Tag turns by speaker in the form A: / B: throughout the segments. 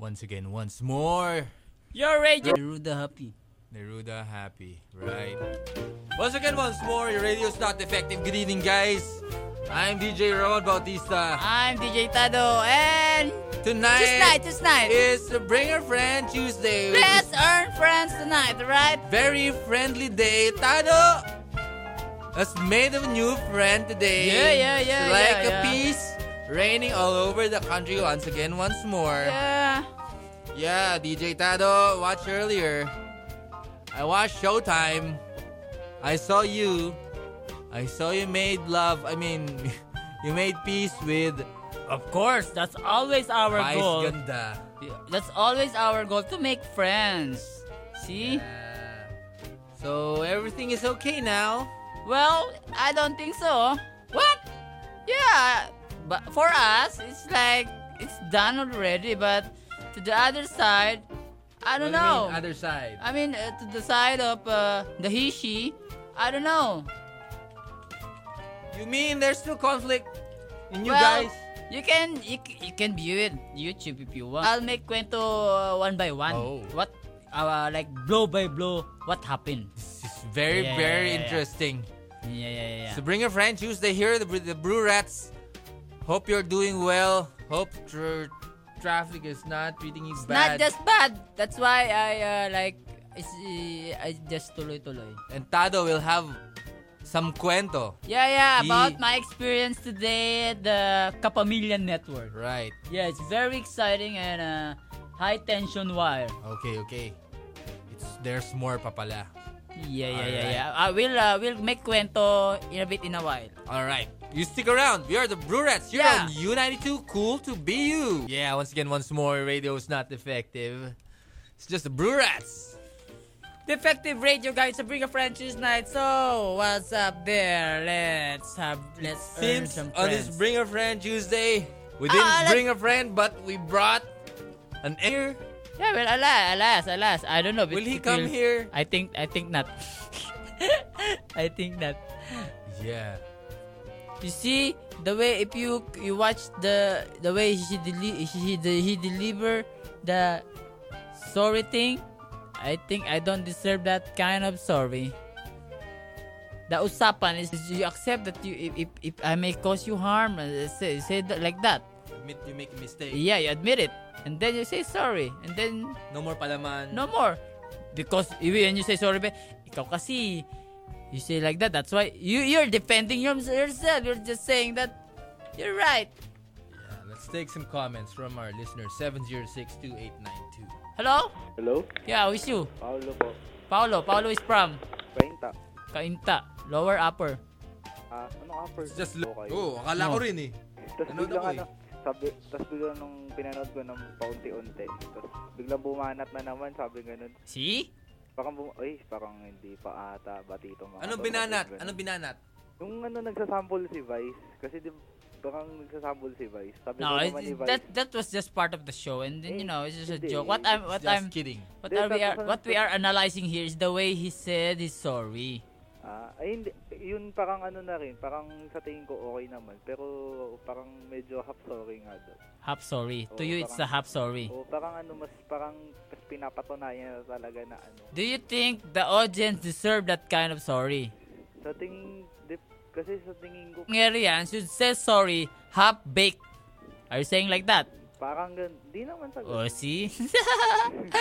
A: Once again, once more.
B: You're radio.
C: Neruda Happy.
A: Neruda happy, right? Once again, once more, your radio's not effective. Good evening, guys. I'm DJ Ron Bautista.
B: I'm DJ Tado and
A: Tonight
B: tonight, tonight.
A: is the Bring a Friend Tuesday. which
B: Let's
A: is
B: earn friends tonight, right?
A: Very friendly day. Tado has made a new friend today.
B: Yeah, yeah, yeah,
A: It's Like
B: yeah,
A: a
B: yeah.
A: piece raining all over the country once again, once more.
B: Yeah.
A: Yeah, DJ Tado, watch earlier. I watched Showtime. I saw you. I saw you made love. I mean, you made peace with
B: Of course, that's always our
A: Vice
B: goal.
A: Ganda.
B: That's always our goal to make friends. See?
A: Yeah. So everything is okay now.
B: Well, I don't think so. What? Yeah, but for us, it's like it's done already. But to the other side, I don't
A: What do you
B: know.
A: mean, other side.
B: I mean, uh, to the side of uh, the he she, I don't know.
A: You mean there's still conflict in you
B: Well,
A: guys?
B: You can you, c- you can view it YouTube if you want. I'll make kwento uh, one by one.
A: Oh.
B: What uh, like blow by blow what happened.
A: This is very,
B: Yeah,
A: very
B: yeah, yeah.
A: interesting.
B: Yeah, yeah, yeah.
A: So bring a friend Tuesday here, the, the Brew Rats. Hope you're doing well. Hope tr- traffic is not treating you bad.
B: Not just bad. That's why I uh, like is- uh, I just tuloy-tuloy.
A: and Tado will have some cuento.
B: Yeah, yeah,
A: Ye-
B: about my experience today at the Kapamilya Network.
A: Right.
B: Yeah, it's very exciting and uh, high tension wire.
A: Okay, okay. It's there's more pa pala.
B: Yeah, yeah, yeah,
A: Alright.
B: yeah. I will uh, will make kwento in a bit in a while.
A: All right. You stick around. We are the Brew Rats. You're
B: Yeah.
A: on U92. Cool to be you. Yeah, once again, once more, radio is not effective. It's just the Brew Rats.
B: Defective radio guys to bring a friend Tuesday night. So what's up there? Let's have let's earn
A: Sims
B: some
A: on this
B: friends.
A: Bring a Friend Tuesday. We didn't
B: Ah, let's-
A: bring a friend, but we brought an air.
B: yeah, well, alas, alas, alas. I don't know.
A: Will
B: but
A: he
B: it
A: come
B: will-
A: here?
B: I think I think not. I think not.
A: Yeah.
B: You see the way if you you watch the the way he deli- he de- he deliver the sorry thing, I think I don't deserve that kind of sorry. The usapan is is you accept that you if if, if I may cause you harm, uh, say say that, like that.
A: Admit you make a mistake.
B: Yeah, you admit it, and then you say sorry, and then
A: No more palaman.
B: no more. Because if- when you say sorry, be, ikaw kasi, you say like that. That's why you, you're defending your- yourself. You're just saying that you're right.
A: Yeah, Uh, let's take some comments from our listener 7062892.
B: Hello?
D: Hello?
B: Yeah, who's you?
D: Paolo Ah, po.
B: Paolo. Paolo is from
D: Kwenta.
B: Kainta. Lower upper.
D: Ah, ano ka first?
A: Just
D: look.
A: look. Oh, akala ko
B: Oh.
A: rin eh.
D: Tapos
A: nanood
D: bigla
A: ako
D: ka
A: eh.
D: na, sabi, tapos bigla nung pinanood ko ng paunti-unti. Tapos biglang bumanat na naman, sabi ganun.
B: See?
D: Parang bum... Uy, parang hindi pa ata bati itong mga...
A: Anong
D: to,
A: binanat?
D: Ano ganun.
A: Anong binanat?
D: Yung ano, nagsasample si Vice. Kasi di parang nagsasample si Vice. Sabi
B: No,
D: ko
B: it,
D: naman ni
B: it-
D: Vice.
B: that that was just part of the show, and then you know it's just a
D: Hindi.
B: joke. What I'm what
A: Just
B: I'm
A: kidding.
B: what
D: Hindi,
B: are we
D: sabi
B: are
D: ko na-
B: what we are analyzing here is the way he said he's sorry.
D: Ah, ay, hindi. Yun parang ano na rin. Parang sa tingin ko okay naman. Pero parang medyo half sorry nga doon.
B: Half sorry.
D: Oo,
B: To you,
D: Oh,
B: it's a
D: parang-
B: half sorry.
D: O parang ano, mas parang mas pinapatunayan na talaga na ano.
B: Do you think the audience deserve that kind of sorry?
D: Sa tingin, dip- kasi sa tingin ko,
B: Ngerian should say sorry half baked. Are you saying like that?
D: parang gan, di naman sa
B: Oh,
D: ganun.
B: see?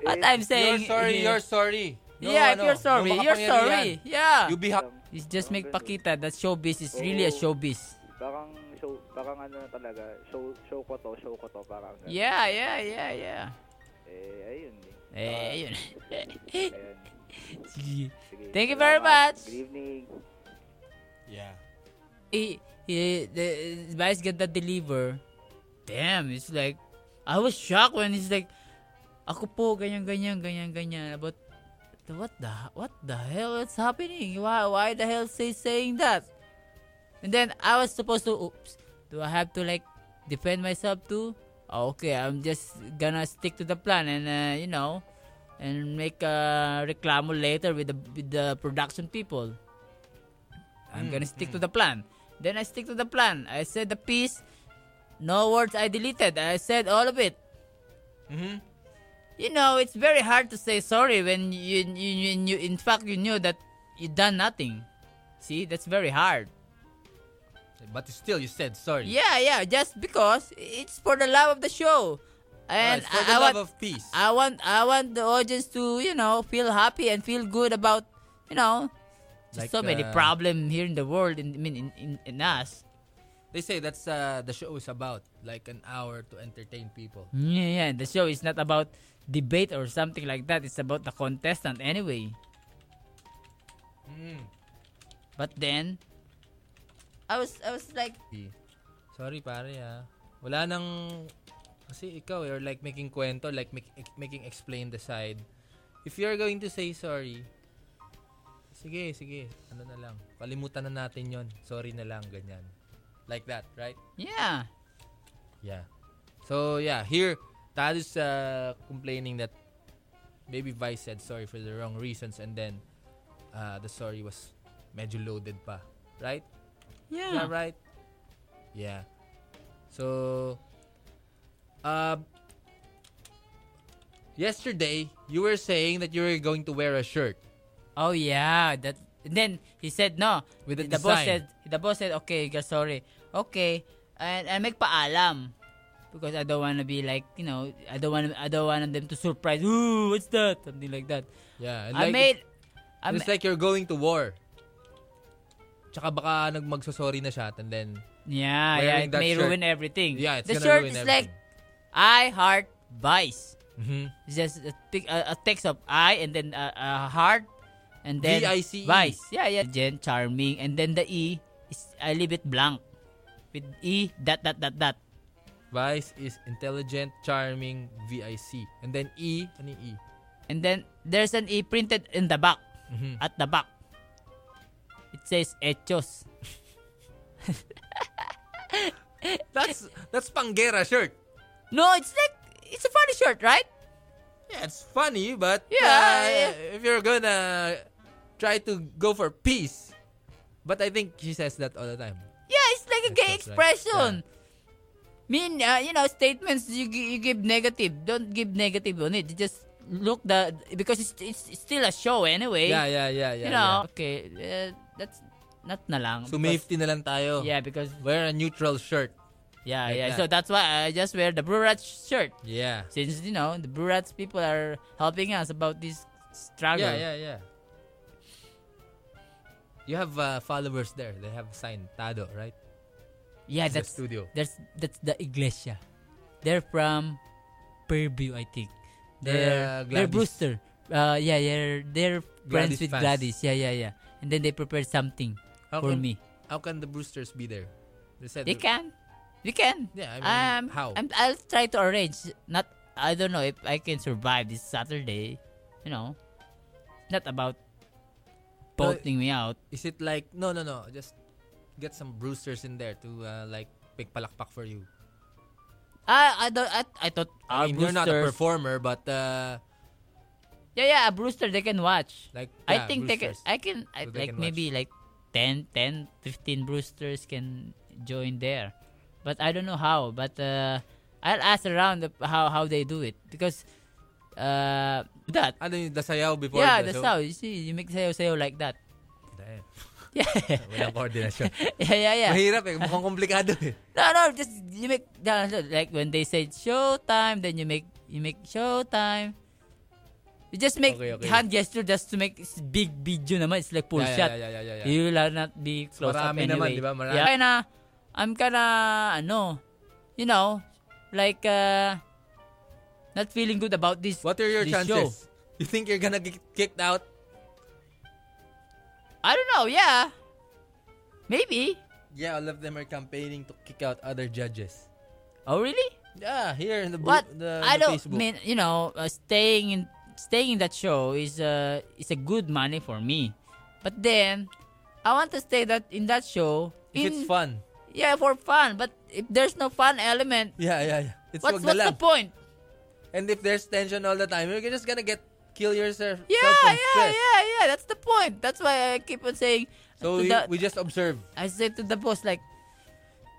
B: What I'm saying.
A: You're sorry,
B: here-
A: you're sorry. No,
B: yeah, if
A: ano,
B: you're sorry,
A: no
B: you're sorry.
A: makapangyarihan.
B: Yeah.
A: You be Oh. hap-
B: It's just make
D: Parang ganun.
B: pakita that showbiz is really a
D: Oo.
B: showbiz.
D: Parang show, parang ano na talaga, show, show ko to, show ko to, parang ganun.
B: Yeah, yeah, yeah, yeah.
D: Eh, ayun eh.
B: Eh, yun.
D: Ayun.
B: Sige.
D: Sige,
B: Thank you very
D: salamat.
B: much.
D: Good evening.
A: Yeah.
B: he, he Eh, the the Vice get the deliver. Damn, it's like I was shocked when he's like ako po ganyan ganyan ganyan ganyan about what the what the hell is happening? Why why the hell is he saying that? And then I was supposed to oops, do I have to like defend myself too? Oh, Okay, I'm just gonna stick to the plan and uh, you know and make a reclamo later with the with the production people. I'm gonna
A: Mm,
B: stick to the plan. Then I stick to the plan. I said the piece. No words I deleted. I said all of it.
A: Mm-hmm.
B: You know, it's very hard to say sorry when you, you, you, you in fact, you knew that you done nothing. See, that's very hard.
A: But still, you said sorry.
B: Yeah, yeah, just because it's for the love of the show.
A: Alright,
B: And
A: for the
B: I, I
A: love
B: want,
A: of peace.
B: I want I want the audience to, you know, feel happy and feel good about, you know,
A: Like,
B: just so many
A: uh,
B: problem here in the world in I mean in, in, in us.
A: They say that's uh, the show is about, like an hour to entertain people.
B: Yeah, yeah, the show is not about debate or something like that. It's about the contestant anyway.
A: Mm.
B: But then I was I was like
A: Sorry pare ah. Wala nang kasi ikaw you're like making kwento, like make, ex- making explain the side. If you're going to say sorry, sige, sige, ano na lang. Kalimutan na natin 'yon. Sorry na lang ganyan. Like that, right?
B: yeah.
A: Yeah. So yeah, here Tad is uh, complaining that maybe Vice said sorry for the wrong reasons and then uh, the sorry was medyo loaded pa, right? Is that
B: Yeah.
A: right? Yeah. So, uh, yesterday you were saying that you were going to wear a shirt.
B: Oh yeah, that and then he said no.
A: With the
B: boss said
A: design.
B: the boss said okay, you're sorry. Okay. And I make paalam because I don't want to be like, you know, I don't want I don't want them to surprise. Ooh, what's that? Something like that.
A: Yeah. and
B: I
A: like,
B: made I
A: It's,
B: ma-
A: it's like you're going to war. Tsaka baka nagmagsasorry na siya and then
B: yeah, yeah,
A: wearing
B: it
A: that
B: may
A: shirt.
B: ruin everything.
A: yeah, it's
B: the
A: gonna
B: shirt
A: ruin
B: is like
A: everything.
B: I heart Vice.
A: Mhm.
B: It's just a, pic- a, a text of I and then a, a heart and then
A: V-I-C-E.
B: Vice. Yeah, yeah. Jen charming and then the E is I leave it blank with E dot dot dot dot.
A: Vice is intelligent, charming, VIC. And then E, ano yung E?
B: And then there's an E printed in the back
A: Mhm.
B: at the back. It says Echos.
A: That's that's Pangera shirt.
B: No, it's like it's a funny shirt, right?
A: Yeah, it's funny, but
B: Yeah,
A: uh,
B: yeah.
A: if you're gonna try to go for peace, but I think she says that all the time.
B: Yeah, it's like a
A: That's
B: gay
A: right.
B: expression. Mean, uh, you know, statements you gi- you give negative. Don't give negative on it. You Just look the because it's it's, it's still a show anyway.
A: Yeah, yeah, yeah, yeah.
B: Eh, you know.
A: yeah.
B: Okay, uh, that's not na lang. because-
A: Sumifty na lang tayo.
B: Yeah, because
A: Wear a neutral shirt.
B: yeah,
A: Like
B: yeah.
A: that.
B: So that's why I just wear the Blue Rats shirt
A: Yeah.
B: since you know the Blue Rats people are helping us about this struggle.
A: Yeah, yeah, yeah. You have uh, followers there. They have signed Tado, right?
B: Yeah,
A: It's a
B: that's
A: studio.
B: that's that's the Iglesia. They're from Purview, I think.
A: They're, uh,
B: They're
A: Gladys.
B: they're Brewster. Uh, yeah, they're they're friends
A: Gladys
B: with
A: fans.
B: Gladys. Yeah, yeah, yeah. And then they prepared something
A: How
B: for
A: can,
B: me.
A: How can the Brewsters be there? They said
B: They can, we can.
A: Yeah, I mean,
B: um,
A: how?
B: I'm, I'll try to arrange. Not, I don't know if I can survive this Saturday. You know, not about
A: No,
B: voting me out.
A: Is it like no, no, no? Just get some Brewsters in there to uh, like pigpalakpak for you.
B: I, I don't. I, I thought
A: I
B: our
A: mean, Ah, you're not a
B: Brewsters-
A: performer, but uh,
B: Yeah, yeah, a Brewster they can watch.
A: like yeah,
B: I think they can,
A: Brewsters.
B: I can I,
A: So they
B: like
A: can
B: maybe like 10, 10, 15 Brewsters can join there. But I don't know how, but uh, I'll ask around the- how how they do it because uh that
A: Ano yung dasayaw before Ah,
B: yeah,
A: the
B: that's
A: show?
B: how you see you make sayo sayo like that.
A: Damn.
B: Yeah.
A: Walang koordinasyon.
B: yeah, yeah, yeah.
A: Mahirap eh. Mukhang komplikado eh.
B: No, no, just you make no, no, like when they say showtime, then you make you make showtime. You just make
A: Okay, okay.
B: hand gesture just to make s- big video naman. It's like full
A: yeah,
B: shot.
A: Yeah, yeah, yeah, yeah, yeah.
B: You will not be close up
A: Marami naman,
B: anyway.
A: di ba? Marami.
B: Yeah. Kaya na, I'm kinda, ano, you know, like, uh, not feeling good about this
A: What are your
B: this
A: chances?
B: show.
A: You think you're gonna get kicked out?
B: I don't know, yeah. Maybe.
A: Yeah, all of them are campaigning to kick out other judges.
B: Oh, really?
A: Yeah, here in the, bu-
B: What?
A: the,
B: I
A: the
B: don't
A: Facebook.
B: mean, you know, uh, staying in staying in that show is uh, is a good money for me. But then, I want to stay that in that show.
A: If
B: in,
A: it's fun.
B: Yeah, for fun. But if there's no fun element,
A: Yeah, yeah, yeah. It's
B: what's,
A: wag na
B: what's
A: lang.
B: the point?
A: And if there's tension all the time, you're just gonna get kill yourself
B: Yeah,
A: from
B: yeah,
A: stress.
B: yeah, yeah. That's the point. That's why I keep on saying.
A: So
B: to
A: we,
B: the,
A: we just observe.
B: I said to the boss like,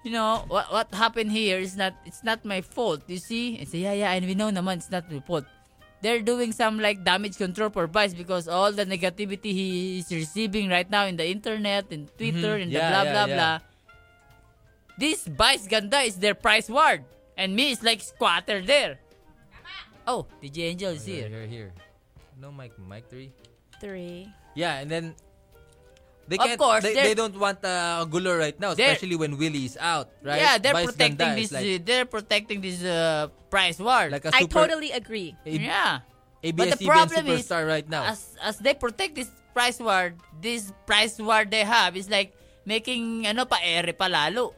B: you know, what what happened here is not it's not my fault. You see? It's yeah, yeah, and we know naman it's not my fault. They're doing some like damage control for Vice because all the negativity he is receiving right now in the internet, in Twitter,
A: Mhm.
B: and
A: Yeah,
B: the blah
A: yeah,
B: blah
A: yeah.
B: blah. This Vice Ganda is their prize ward, and me is like squatter there. Oh, DJ Angel is
A: Here,
B: here.
A: here, here. No mic, mic three.
C: Three.
A: Yeah, and then they
B: Of
A: can't.
B: course,
A: they,
B: they're-
A: they don't want uh, Gulo right now,
B: They're-
A: especially when Willie is out, right?
B: Yeah, they're
A: Vice
B: protecting
A: Ganda
B: this.
A: is Like,
B: uh, they're protecting this uh, prize ward.
A: like a
C: I
A: super
C: totally agree.
A: A-
B: yeah.
A: ABS-CBN
B: problem is,
A: superstar right now.
B: as as they protect this price war, this price war they have is like making ano pa ere pa lalo.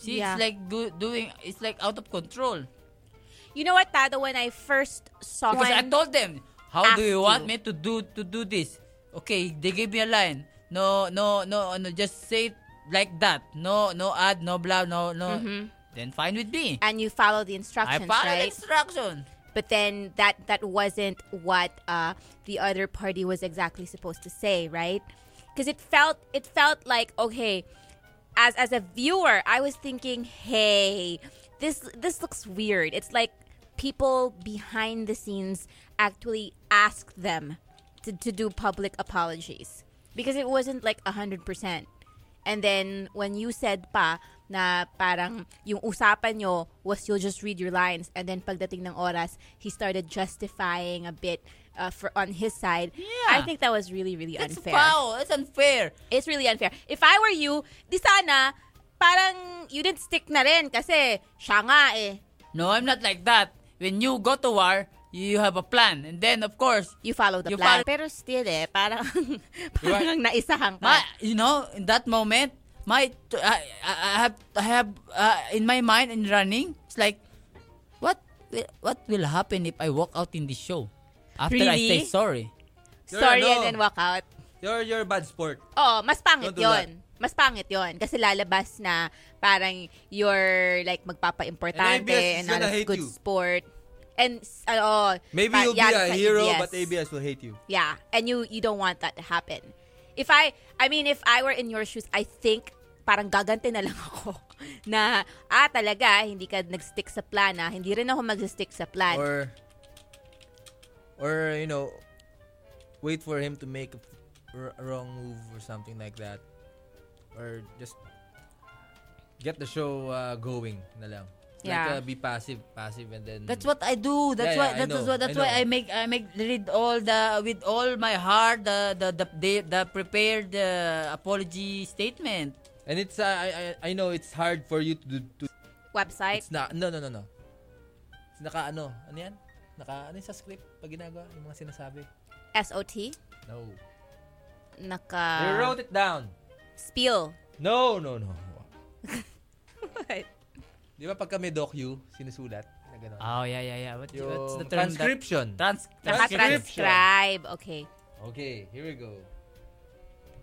B: See,
C: Yeah.
B: it's like do, doing it's like out of control.
C: You know what, Tado, when I first saw
B: Because I
C: one,
B: told them, how do
C: asked
B: you want
C: you.
B: me to do to do this? Okay, they gave me a line. No, no, no, no. Just say it like that. No, no ad, no blah, no, no. Then fine with me.
C: and you follow the
B: I
C: instructions,
B: follow the
C: Mm-hmm. right?
B: instruction.
C: But then that that wasn't what uh, the other party was exactly supposed to say, right? Because it felt it felt like okay, as as a viewer, I was thinking, hey, this this looks weird. It's like people behind the scenes actually ask them to, to do public apologies because it wasn't like hundred percent. And then when you said pa na parang yung usapan nyo was you'll just read your lines and then pagdating ng oras, he started justifying a bit uh, for on his side.
B: Yeah.
C: I think that was really really
B: That's
C: unfair.
B: foul. That's unfair.
C: It's really unfair. If I were you, di sana parang you didn't stick na rin kasi siya nga eh.
B: No, I'm not like that. When you go to war, you have a plan. And then, of course,
C: You follow the
B: You follow-
C: plan. Pero still eh, parang parang naisahan ka.
B: my, you know, in that moment, my, I, I I have, I have, uh, in my mind, in running, it's like, what, will- what will happen if I walk out in this show? After I
C: Really?
B: say sorry.
A: You're
C: Sorry
A: ano?
C: and then walk out.
A: You're you're a bad sport.
C: Oo, mas pangit
A: Don't do that.
C: yon. Mas pangit yon. Kasi lalabas na parang you're like
A: And
C: magpapa-importante
A: ABS is
C: and, not
A: gonna
C: a
A: hate
C: good
A: you.
C: sport. And, s- ano,
A: Maybe
C: pa-
A: you'll be
C: yari
A: a
C: sa
A: hero, but ABS will hate you.
C: Yeah, and you you don't want that to happen. If I I mean if I were in your shoes, I think parang gaganti na lang ako na ah talaga hindi ka nag-stick sa plan ah. Hindi rin ako mag-stick sa plan.
A: Or or you know, wait for him to make a r- wrong move or something like that. Or just get the show uh, going na lang. Like uh,
C: Yeah.
A: be passive, passive and then
B: That's what I do. That's
A: Yeah, yeah, I
B: why. that's
A: know.
B: why. That's
A: I
B: why
A: know.
B: I make. I make read all the with all my heart the the the the, the prepared uh, apology statement.
A: And it's uh, I, I I know it's hard for you to do to
C: website.
A: it's na no no no no. It's naka ano, ano yan? Naka ano yung sa script pag ginagawa yung mga sinasabi.
C: SOT.
A: No.
B: Ah.
A: you
C: Naka
A: wrote it down.
C: spiel.
A: No, no, no.
C: What?
A: Di ba pagka may docu, sinusulat na gano'n?
B: Oh yeah yeah yeah. What,
A: Yung
B: what's the term? that-
A: transcription.
B: Trans- transcript.
A: Transcription.
C: Naka-transcribe. Okay.
A: Okay, here we go.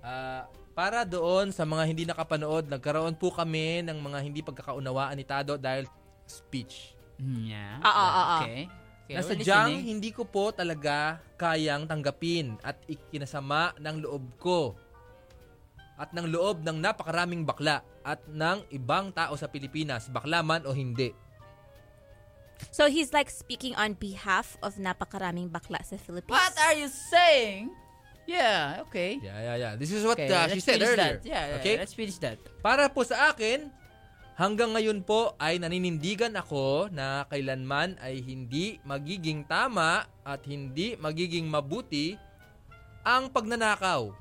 A: Ah, para doon sa mga hindi nakapanood, nagkaroon po kami ng mga hindi pagkakaunawaan ni Tado dahil speech.
B: Mm, Yeah.
C: Ah, ah, ah, ah.
B: Okay. okay. we're
A: Nasadyang
B: listening.
A: hindi ko po talaga kayang tanggapin at ikinasama ng loob ko at ng loob ng napakaraming bakla at ng ibang tao sa Pilipinas, bakla man o hindi.
C: So he's like speaking on behalf of napakaraming bakla sa Philippines.
B: What are you saying? Yeah. Okay.
A: Yeah, yeah, yeah. This is what
B: Okay,
A: uh, she
B: let's
A: said
B: finish
A: earlier.
B: That. Yeah, yeah,
A: okay?
B: Let's finish that.
A: Para po sa akin, hanggang ngayon po ay naninindigan ako na kailanman ay hindi magiging tama at hindi magiging mabuti ang pagnanakaw.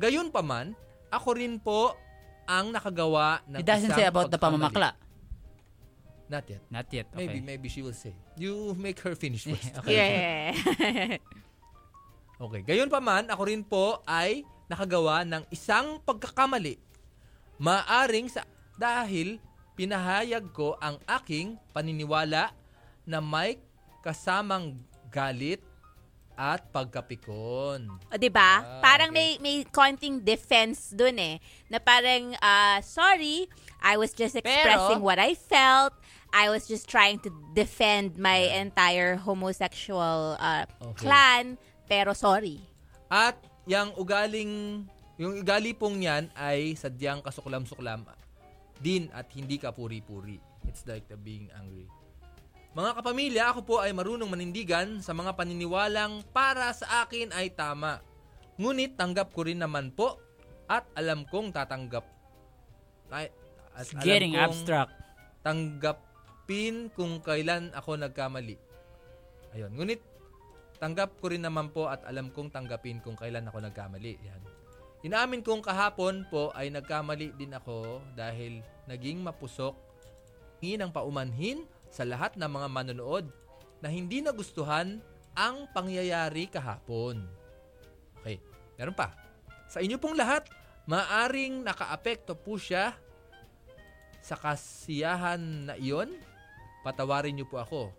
A: Gayun paman, ako rin po ang nakagawa ng
B: It doesn't
A: isang
B: say about the
A: pagkamali.
B: pamamakla.
A: Not yet.
B: Not yet. Okay.
A: Maybe, maybe she will say. You make her finish first.
B: Okay.
C: Yeah.
A: Okay, gayon pa man, ako rin po ay nakagawa ng isang pagkakamali. Maaring sa dahil pinahayag ko ang aking paniniwala na may kasamang galit at pagkapikon.
C: O, 'di
A: Ah,
C: ba? parang
A: okay.
C: may may konting defense dun eh. Na parang ah, sorry, I was just expressing what I felt. I was just trying to defend my entire homosexual ah,
A: Okay.
C: clan, pero sorry.
A: At yung ugaling, yung ugali pong yan ay sadyang kasuklam-suklam din at hindi ka puri-puri. It's like the being angry. Mga kapamilya, ako po ay marunong manindigan sa mga paniniwalang para sa akin ay tama. Ngunit tanggap ko rin naman po at alam kong tatanggap. Ay, at
B: It's
A: alam
B: getting
A: kong
B: abstract.
A: Tanggapin kung kailan ako nagkamali. Ayun. Ngunit tanggap ko rin naman po at alam kong tanggapin kung kailan ako nagkamali. Yan. Inamin kong kahapon po ay nagkamali din ako dahil naging mapusok hingi ng paumanhin sa lahat ng mga manonood na hindi nagustuhan ang pangyayari kahapon. Okay, meron pa. Sa inyo pong lahat, maaring nakaapekto po siya sa kasiyahan na iyon. Patawarin niyo po ako.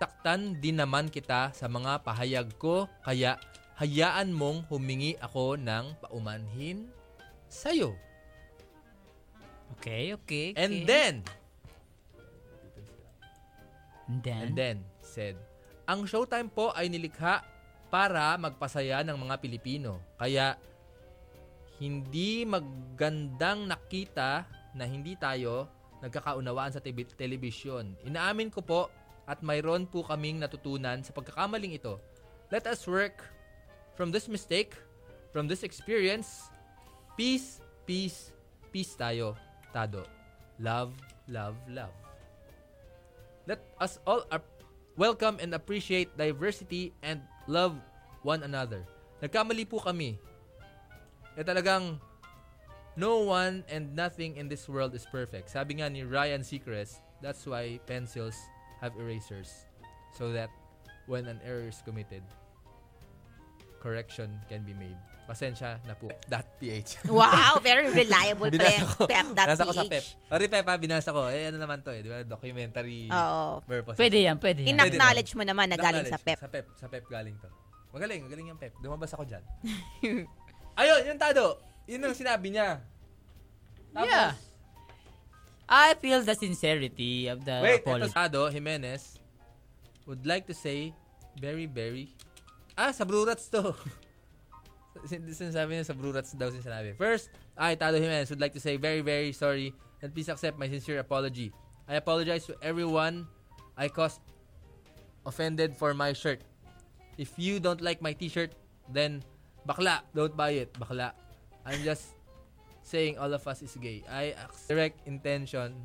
A: Taktan din naman kita sa mga pahayag ko kaya hayaan mong humingi ako ng paumanhin sa'yo.
B: Okay, okay, okay.
A: And then,
B: And then?
A: And then, said, ang showtime po ay nilikha para magpasaya ng mga Pilipino. Kaya, hindi magandang nakita na hindi tayo nagkakaunawaan sa tibi- telebisyon. Inaamin ko po at mayroon po kaming natutunan sa pagkakamaling ito. Let us work from this mistake, from this experience. Peace, peace, peace tayo, Tado. Love, love, love. Let us all ap- welcome and appreciate diversity and love one another. Nagkamali po kami. Eh talagang no one and nothing in this world is perfect. Sabi nga ni Ryan Seacrest, that's why pencils have erasers so that when an error is committed, correction can be made. Pasensya na po. .ph.
C: Wow, very reliable pep.
A: Binasa ko. Binasa
C: Pep.ph.
A: ko sa Pep. Sorry Pep ha, binasa ko. Eh ano naman to eh, di ba? Documentary
C: Oo.
A: purpose.
B: Pwede yan, pwede yan.
A: Inak-
C: In-acknowledge mo naman na galing sa
A: Acknowledge.
C: pep.
A: Sa Pep, sa Pep galing to. Magaling, magaling yung Pep. Dumabas ako dyan. Ayun, yung Tado. Yun ang sinabi niya. Tapos,
B: yeah. I feel the sincerity of the
A: Wait, ito
B: Uh, apology.
A: Tado Jimenez would like to say very, very... Ah, sa Brurats to. Sin- Sinasabi niya sa Brurats daw sin sinabi. First, I, Tado Jimenez, would like to say very, very sorry and please accept my sincere apology. I apologize to everyone I caused offended for my shirt. If you don't like my t-shirt, then bakla, don't buy it, bakla. I'm just saying all of us is gay. I ac- direct intention.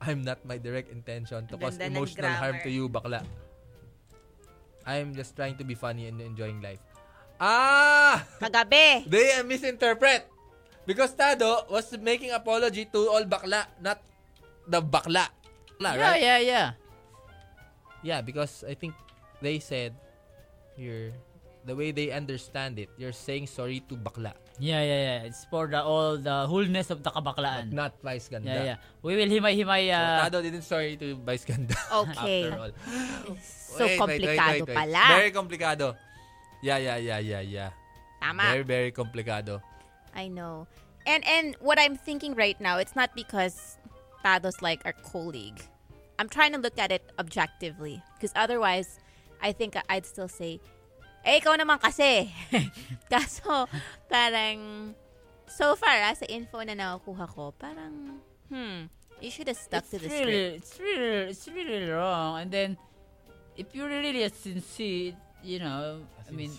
A: I'm not my direct intention to
C: Ang
A: cause
C: ganda ng
A: emotional harm
C: grammar.
A: to you, bakla. I'm just trying to be funny and enjoying life. Ah!
C: Kagabi.
A: They uh, misinterpret. Because Tado was making apology to all bakla, not the bakla. Bakla,
B: Yeah,
A: right?
B: yeah, yeah.
A: Yeah, because I think they said you're the way they understand it, you're saying sorry to bakla,
B: Yeah, yeah, yeah. It's for the all the wholeness of the
A: but
B: kabaklaan.
A: not vice ganda.
B: Yeah, yeah. We will himay-himay. Uh,
A: Tado didn't sorry to vice ganda.
C: Okay.
A: After all.
C: So, komplikado pala.
A: Very komplikado. Yeah, yeah, yeah, yeah, yeah.
C: Tama.
A: Very, very komplikado.
C: I know. And and what I'm thinking right now, it's not because Tado's like our colleague. I'm trying to look at it objectively because otherwise, I think I'd still say, "Eh, ikaw naman kasi." Kaso, parang so far ah, sa info na nakukuha ko, parang hmm, you should have stuck to the
B: it's
C: script.
B: really, it's really, it's really wrong. And then, if you're really sincere, you know, I mean,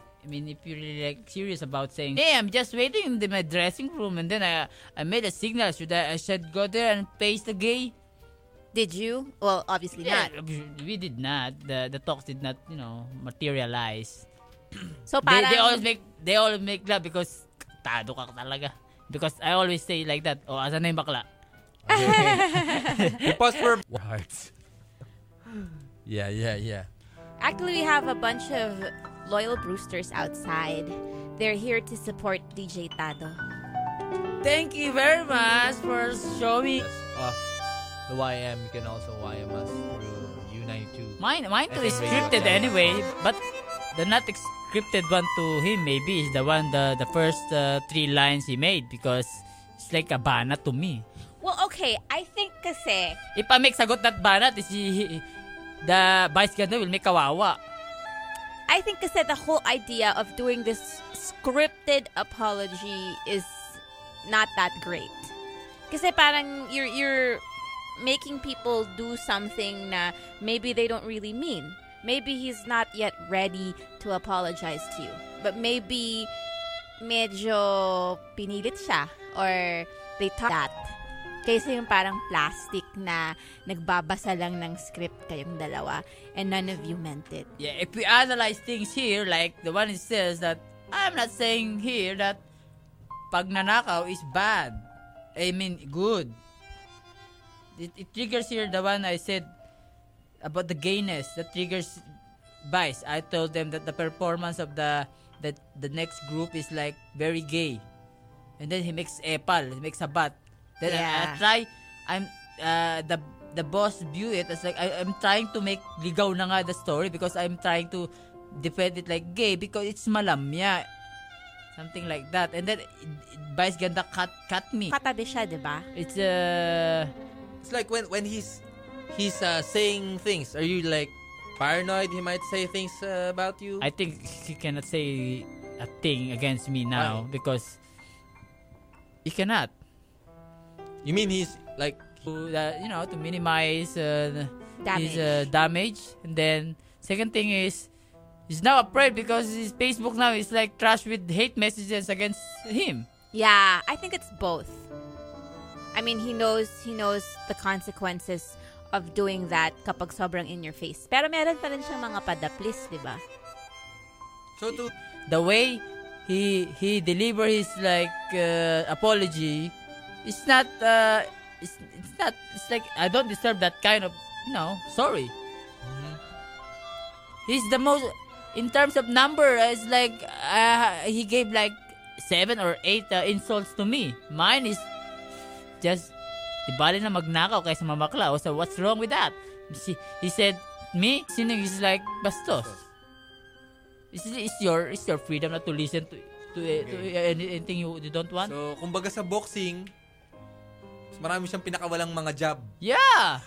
B: I mean, if you're really like serious about saying, "Hey, I'm just waiting in the, my dressing room," and then I, I made a signal, should I, I should go there and face the gay?
C: Did you? Well, obviously not.
B: we did not. The the talks did not, you know, materialize.
C: So
B: They,
C: parang
B: they always make they always make love because tado ka talaga. Because I always say like that. Oh, asan na yung bakla?
A: We pause for hearts. Yeah, yeah, yeah.
C: Actually, we have a bunch of loyal Brewsters outside. They're here to support DJ Tado.
B: Thank you very much for showing.
A: Yes, off the YM, you can also YM us through U92.
B: Mine mine too is
A: Anyway,
B: scripted
A: yeah.
B: anyway, but the not ex- scripted one to him maybe is the one the the first uh, three lines he made because it's like a banat to me.
C: Well, okay, I think kasi,
B: If I make sagot that banat is he, he- the vice ganda will make kawawa.
C: I think kasi the whole idea of doing this scripted apology is not that great. Kasi parang you're, you're making people do something na maybe they don't really mean. Maybe he's not yet ready to apologize to you. But maybe medyo pinilit siya or they thought that. Kaysa yung parang plastic na nagbabasa lang ng script kayong dalawa and none of you meant it.
B: Yeah, if we analyze things here, like the one who says that I'm not saying here that pagnanakaw is bad. I mean, good. It, it triggers here the one I said about the gayness that triggers vice. I told them that the performance of the that the next group is like very gay, and then he makes epal, he makes a bat. Then I- I,
C: Yeah.
B: try. I'm uh, the the boss view it as like I, I'm trying to make ligaw na nga the story because I'm trying to defend it like gay because it's malamya. Something like that. And then Vice Ganda cut cut me.
C: Katabi siya, di ba?
B: It's uh
A: It's like when when he's he's uh, saying things. Are you like paranoid? He might say things uh, about you.
B: I think he cannot say a thing against me now
A: Why?
B: because he cannot.
A: you mean he's like
B: To, uh, you know, to minimize uh, his
C: Damage.
B: uh, damage. And then second thing is he's now afraid because his Facebook now is like trash with hate messages against him.
C: Yeah, I think it's both. I mean, he knows he knows the consequences of doing that kapag sobrang in your face. Pero meron pa rin siyang mga padaplis, di ba?
A: so to
B: The way he he deliver his like uh, apology, it's not uh, it's, it's not it's like I don't deserve that kind of you know sorry. He's the most in terms of number. uh, It's like uh, he gave like seven or eight uh, insults to me. Mine is just di bali na magnakaw kaysa mamaklaw. So what's wrong with that? He, he said me sinning is like bastos. It's, it's your it's your freedom not to listen to to, eh, to any- anything you, you don't want.
A: so kumbaga sa boxing, mas marami siyang pinakawalang mga jab.
B: yeah.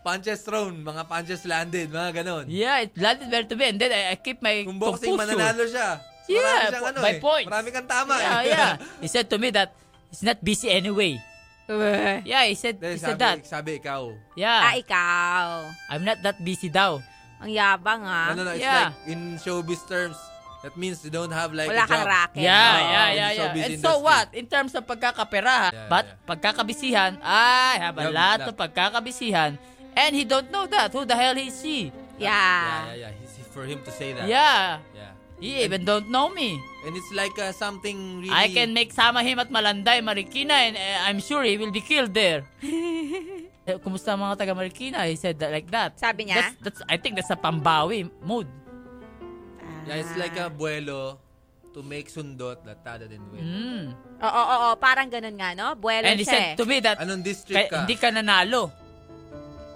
A: Punches thrown, mga punches landed, mga ganon.
B: Yeah, it landed very to me and then I, I keep my
A: Kung boxing,
B: composure.
A: mananalo siya. Mas
B: Yeah,
A: marami siyang
B: po-
A: ano
B: by
A: eh.
B: points.
A: Marami kang tama
B: Yeah,
A: eh.
B: yeah. He said to me that he's not busy anyway. Yeah, he said
A: Then
B: he
A: sabi,
B: said that.
A: sabi ikaw.
C: Ah,
B: Yeah.
C: ikaw.
B: I'm not that busy daw.
C: Ang yabang ah.
A: No, no, no. It's like
B: Yeah.
A: in showbiz terms, that means you don't have like a
C: Wala
A: job.
C: kang racket.
B: Yeah,
A: Oh,
B: yeah,
A: in
B: yeah,
A: the
B: yeah.
A: showbiz
B: And so
A: industry.
B: what? In terms of pagkakaperahan,
A: Yeah,
B: but
A: yeah.
B: pagkakabisihan, I have a
A: Yeah,
B: lot
A: yeah.
B: of pagkakabisihan and he don't know that. Who the hell is he?
A: Yeah,
C: Yeah.
A: yeah, yeah. He's, for him to say that.
B: Yeah.
A: Yeah.
B: He even don't know me.
A: And it's like uh, something really...
B: I can make sama him at Malanday, Marikina, and uh, I'm sure he will be killed there. Eh, Kumusta ang mga taga Marikina? He said that like that.
C: Sabi niya?
B: That's, that's, I think that's a pambawi mood.
A: Yeah, it's like a buelo to make sundot latada din with.
B: Mm.
C: Oo, oo, oo. Parang ganun nga, no? Buwelo
B: And he
C: siya
B: said to
C: eh.
B: me that
A: Anong district
B: kay-
A: Ah, ka?
B: hindi ka nanalo.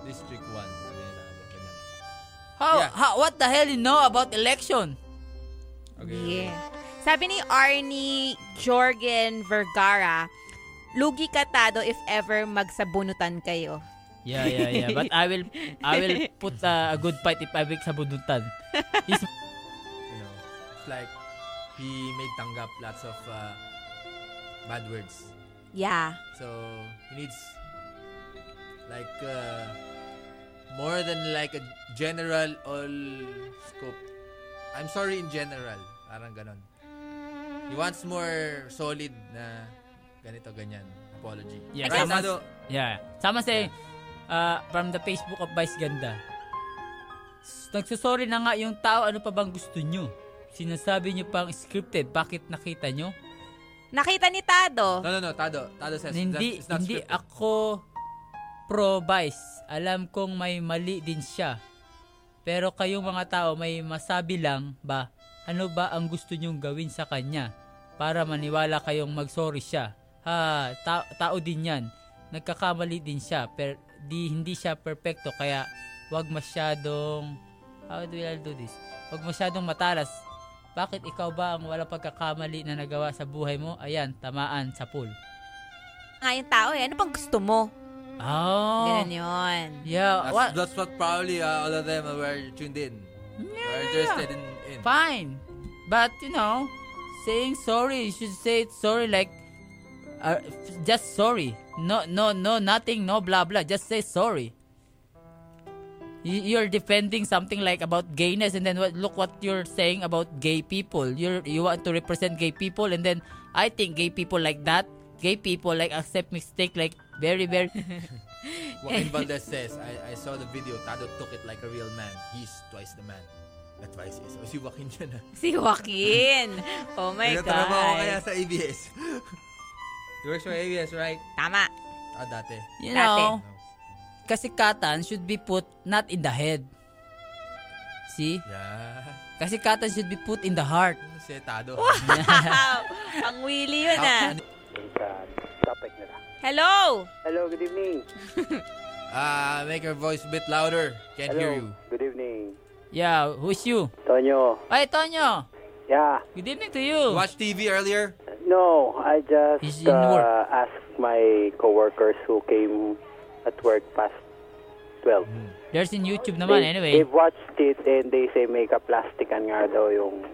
A: District 1. Sabi niya na ako, ganyan.
B: How,
A: Yeah.
B: how, what the hell you know about election?
A: Okay.
C: Yeah. Sabi ni Arnie Jorgen Vergara, lugi katado if ever magsabunutan kayo.
B: Yeah, yeah, yeah. But I will I will put uh, a good fight if I wake sa bundutan. He's-
A: You know, it's like he made tanggap lots of uh, bad words.
C: Yeah.
A: So he needs like uh, more than like a general all scope. I'm sorry in general, parang ganon. He wants more solid na ganito ganyan apology.
B: Yeah,
A: right,
B: someone's-
A: Nado?
B: Yeah. Sama saying, uh, from the Facebook of Vice Ganda. S- Nagsusorry na nga yung tao, ano pa bang gusto nyo? Sinasabi nyo pang scripted, bakit nakita nyo?
C: Nakita ni Tado.
A: No, no, no, Tado. Tado says
B: hindi
A: it's not,
B: hindi
A: scripted.
B: ako pro Vice. Alam kong may mali din siya. Pero kayong mga tao may masabi lang ba ano ba ang gusto nyong gawin sa kanya para maniwala kayong magsorry siya. Ha, ta- tao din yan. Nagkakamali din siya. Pero di, hindi siya perpekto kaya wag masyadong how do I do this? Wag masyadong matalas. Bakit ikaw ba ang walang pagkakamali na nagawa sa buhay mo? Ayan, tamaan sa pool.
C: Nga yung tao eh. Ano pang gusto mo?
B: Oh.
C: Ganun yun.
B: Yeah.
A: That's
B: What?
A: what? that's what probably uh, all of them were tuned in. Were interested in. in.
B: Fine. But you know, saying sorry, you should say it sorry like Uh, f- just sorry. No, no, no, nothing, no blah blah. Just say sorry. Y- You're defending something like about gayness, and then what, look what you're saying about gay people. You're you want to represent gay people, and then I think gay people like that, gay people like accept mistake like very very.
A: Joaquin Valdez says, I, I saw the video. Tado took it like a real man. He's twice the man. That twice is. O si Joaquin yan ah.
C: Si Joaquin. Oh my
A: Tinatrabaho kaya
C: God.
A: sa ABS. He works for ABS, right?
C: Tama.
A: Ah, dati.
B: You
C: Dati.
B: know, kasi katan should be put not in the head. See?
A: Yeah.
B: Kasi katan should be put in the heart.
A: Si Tado.
C: Wow. Ang willy yun ah.
A: ano?
C: Hello.
E: Hello, good evening.
A: Ah, make your voice a bit louder. Can't
E: Hello.
A: hear you.
E: Good evening.
B: Yeah, who's you?
E: Tonyo.
B: Ay, Tonyo!
E: Yeah.
B: Good evening to you!
A: You watch TV earlier?
E: No, I
B: He's
E: just
B: in work.
E: uh, asked my coworkers who came at work past 12.
B: There's in YouTube Mm. naman
E: they,
B: anyway.
E: They've watched it and they say mega-plastikan nga daw yung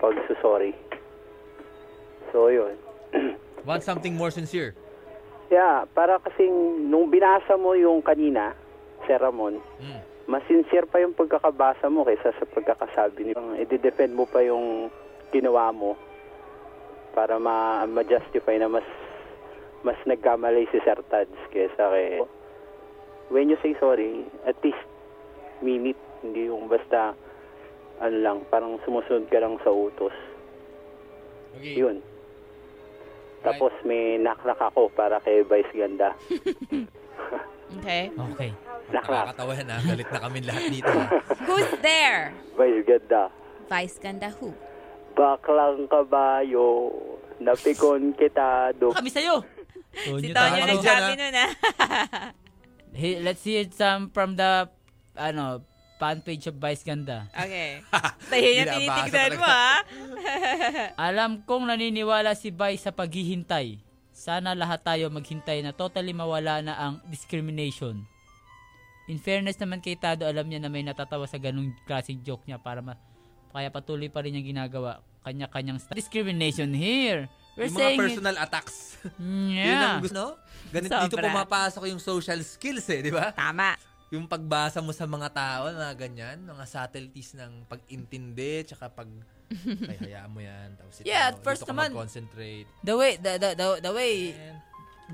E: pagsusori. So, yun.
A: Want something more sincere?
E: Yeah, para kasing nung binasa mo yung kanina, Sir Ramon,
A: Mm.
E: mas sincere pa yung pagkakabasa mo kaysa sa pagkakasabi niyo. Ang I-defend mo pa yung ginawa mo para ma- ma-justify na mas mas nagkamali si Sir Tads kaysa kay... When you say sorry, at least mean it. Hindi yung basta ano lang, parang sumusunod ka lang sa utos.
A: Okay.
E: Yun. Tapos may naklak ako para kay Vice Ganda.
C: Okay.
B: Okay.
E: Naklak.
A: Nakakatawa na. ah. Galit na kami lahat dito.
C: Who's there?
E: Vice Ganda.
C: Vice Ganda who?
E: Baklang kabayo, napikon kita do.
B: Ano Kami sa'yo!
C: Si
A: tama
C: Tonyo
A: ka
C: nagsabi
A: dyan,
C: nun ah.
B: He- let's hear some from the, ano, fan page of Vice Ganda.
C: Okay. Tayo yung
A: Binabasa
C: tinitignan
A: talaga.
C: mo ah.
B: Alam kong naniniwala si Vice sa paghihintay. Sana lahat tayo maghintay na totally mawala na ang discrimination. In fairness naman kay Tado, alam niya na may natatawa sa ganung klaseng joke niya para ma- kaya patuloy pa rin yung ginagawa. Kanya-kanyang sta- discrimination here. We're
A: Yung mga
B: saying
A: personal attacks.
B: it.
A: Yun ang
B: Yeah.
A: gusto. no? Ganit dito
C: Sobra.
A: pumapasok yung social skills eh, di ba?
C: Tama.
A: Yung pagbasa mo sa mga tao na ganyan, mga subtleties ng pag-intindi, tsaka pag ay, hayaan mo yan. Tapos ito,
B: Yeah, at first
A: dito ka
B: naman.
A: mag-concentrate.
B: The way the the the, the way
A: And,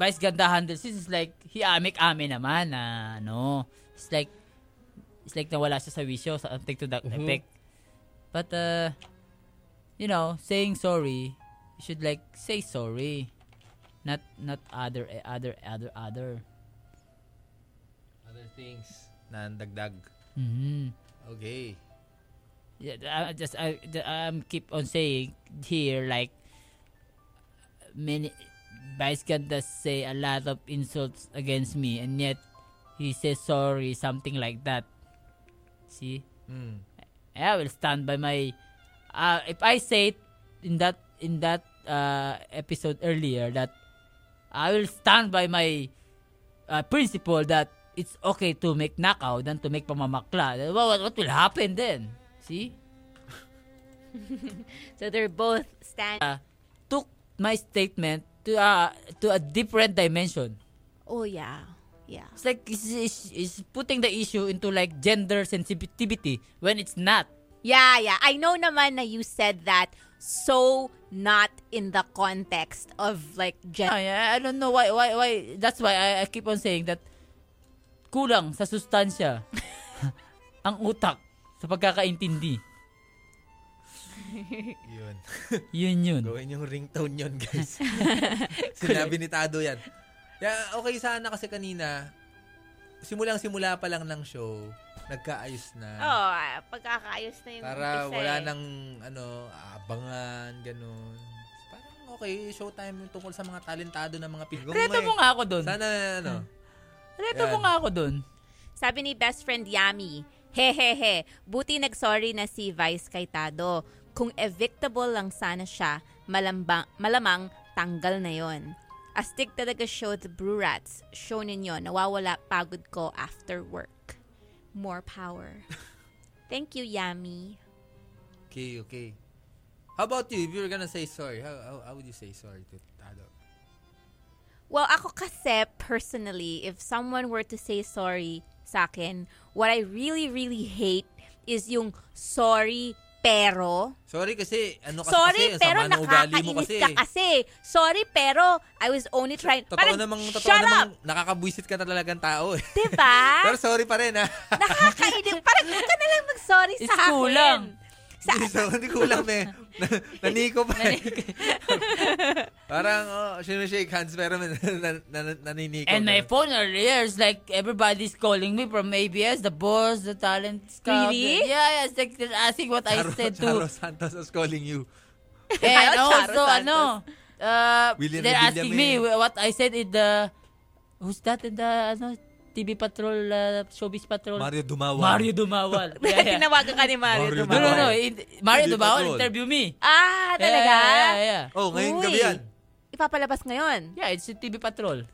B: Vice Ganda handles this is like he amik amin naman na ano. It's like it's like nawala siya sa wisyo sa something to that
A: Mhm.
B: effect. But uh you know, saying sorry, you should like say sorry. Not not other eh, other other other.
A: other things na dagdag.
B: Mhm.
A: Okay.
B: Yeah, I I just I the- I'm keep on saying here like many Vice Ganda say a lot of insults against me and yet he says sorry something like that. See?
A: Mm.
B: I will stand by my uh, if I said in that in that uh, episode earlier that I will stand by my uh, principle that it's okay to make knockout than to make pamamakla. What, what- what will happen then? See?
C: So they're both stand.
A: Ah.
B: Took my statement to uh, to a different dimension.
C: Oh yeah. Yeah.
B: It's like it's, it's, it's putting the issue into like gender sensitivity when it's not.
C: Yeah, yeah. I know naman na you said that so not in the context of like
B: Yeah,
C: gender.
B: yeah, I don't know why why why that's why I, I keep on saying that kulang sa sustansya ang utak sa pagkakaintindi.
A: Yun.
B: Yun yun.
A: Gawin yung ringtone yun, guys. Sinabi ni Tado yan. Yeah, okay sana kasi kanina, simulang-simula pa lang ng show, nagkaayos na.
C: Oh, ah, pagkakaayos na yung
A: Para
C: umpisa
A: wala
C: eh.
A: nang ano, abangan, ganun. Parang okay, showtime yung tungkol sa mga talentado ng mga pilgong
B: Reto mo nga ako doon.
A: Sana ano,
B: Reto
A: Yan.
B: mo nga ako doon.
C: Sabi ni best friend Yami, hehehe, buti nag-sorry na si Vice kay Tado. Kung evictable lang sana siya, malambang, malamang tanggal na yon. Astig talaga show the Brew Rats. Show ninyo, nawawala pagod ko after work. More power. Thank you, Yami.
A: okay, okay. How about you? If you're gonna say sorry, how, how, how would you say sorry to Tado?
C: Well, ako kasi, personally, if someone were to say sorry sa akin, what I really, really hate is yung sorry pero.
A: Sorry kasi, ano kasi
C: sorry
A: kasi, ang
C: pero
A: sama ng ugali mo
C: nakakainis
A: kasi. eh.
C: ka kasi. Sorry pero I was only trying.
A: Totoo
C: Parang,
A: namang, totoo
C: shut up!
A: namang, nakakabwisit ka na talagang tao eh.
C: Diba?
A: Pero sorry pa rin ha.
C: Nakakainis. Parang huwag ka na lang mag-sorry sa
B: It's
C: akin.
B: kulang.
C: Sa,
A: Hindi, so, hindi kulang eh. Na- Naniko pa eh. Parang, oh, sinishake hands pero nan, nan, nan- naniniko.
B: And my
A: Ganun.
B: phone earlier is like everybody's calling me from ABS, the boss, the talent scout.
C: Really?
B: Yeah, yeah, it's like they're asking what I
A: Charo-
B: said
A: Charo
B: to.
A: Santos is calling you.
B: Eh, And
C: Charo
B: also,
C: Santos.
B: ano, uh,
A: William
B: they're
A: William
B: asking
A: eh.
B: me what I said in the, who's that in the, ano, TV Patrol, uh, Showbiz Patrol?
A: Mario Dumawa.
B: Mario Dumawal. Yeah, yeah.
C: Tinawagan ka ni Mario.
A: Mario
B: No, no, no.
A: Dumawal.
B: in- Mario
A: TV
B: Dumawal
A: Patrol.
B: interview me.
C: Ah,
B: Yeah,
C: talaga?
B: Yeah, yeah, yeah.
A: Oh, ngayong
C: Uy.
A: gabi yan.
C: Ipapalabas ngayon.
B: Yeah, it's a TV Patrol.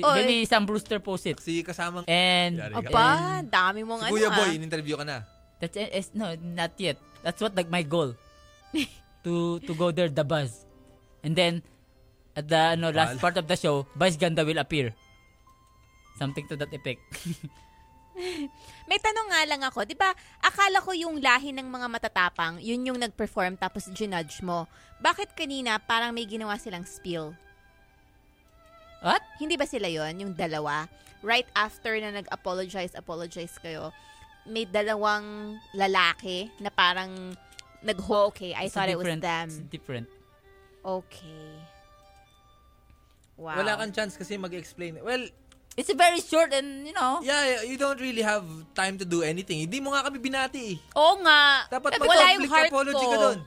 C: Oh,
B: Maybe Sam Brewster post it.
A: Si kasamang
B: And,
A: Yari ka.
C: Aba, dami
A: si
C: mong Eh, ano
A: Kuya
C: ah.
A: Boy, in-interview ka na.
B: That's it. It's, no, not yet. That's what like my goal. to to go there the buzz. And then at the ano, last
A: Wala.
B: part of the show, Vice Ganda will appear. Something to that effect.
C: May tanong nga lang ako, 'di ba? Akala ko yung lahi ng mga matatapang, yun yung nag-perform tapos ginudge mo. Bakit kanina parang may ginawa silang spiel?
B: What?
C: Hindi ba sila yon yung dalawa? Right after na nag-apologize, apologize kayo, may dalawang lalaki na parang nag okay, I
B: It's a
C: thought it was
B: different-
C: them.
B: it's different.
C: Okay. Wow.
A: Wala kang chance kasi mag-explain. Well,
B: It's very short and you know.
A: yeah, you don't really have time to do anything. Hindi mo nga kami binati eh.
C: Oo nga.
A: Dapat
C: Eh, wala yung
A: mag-conflict
C: heart
A: apology
C: ko.
A: ka doon.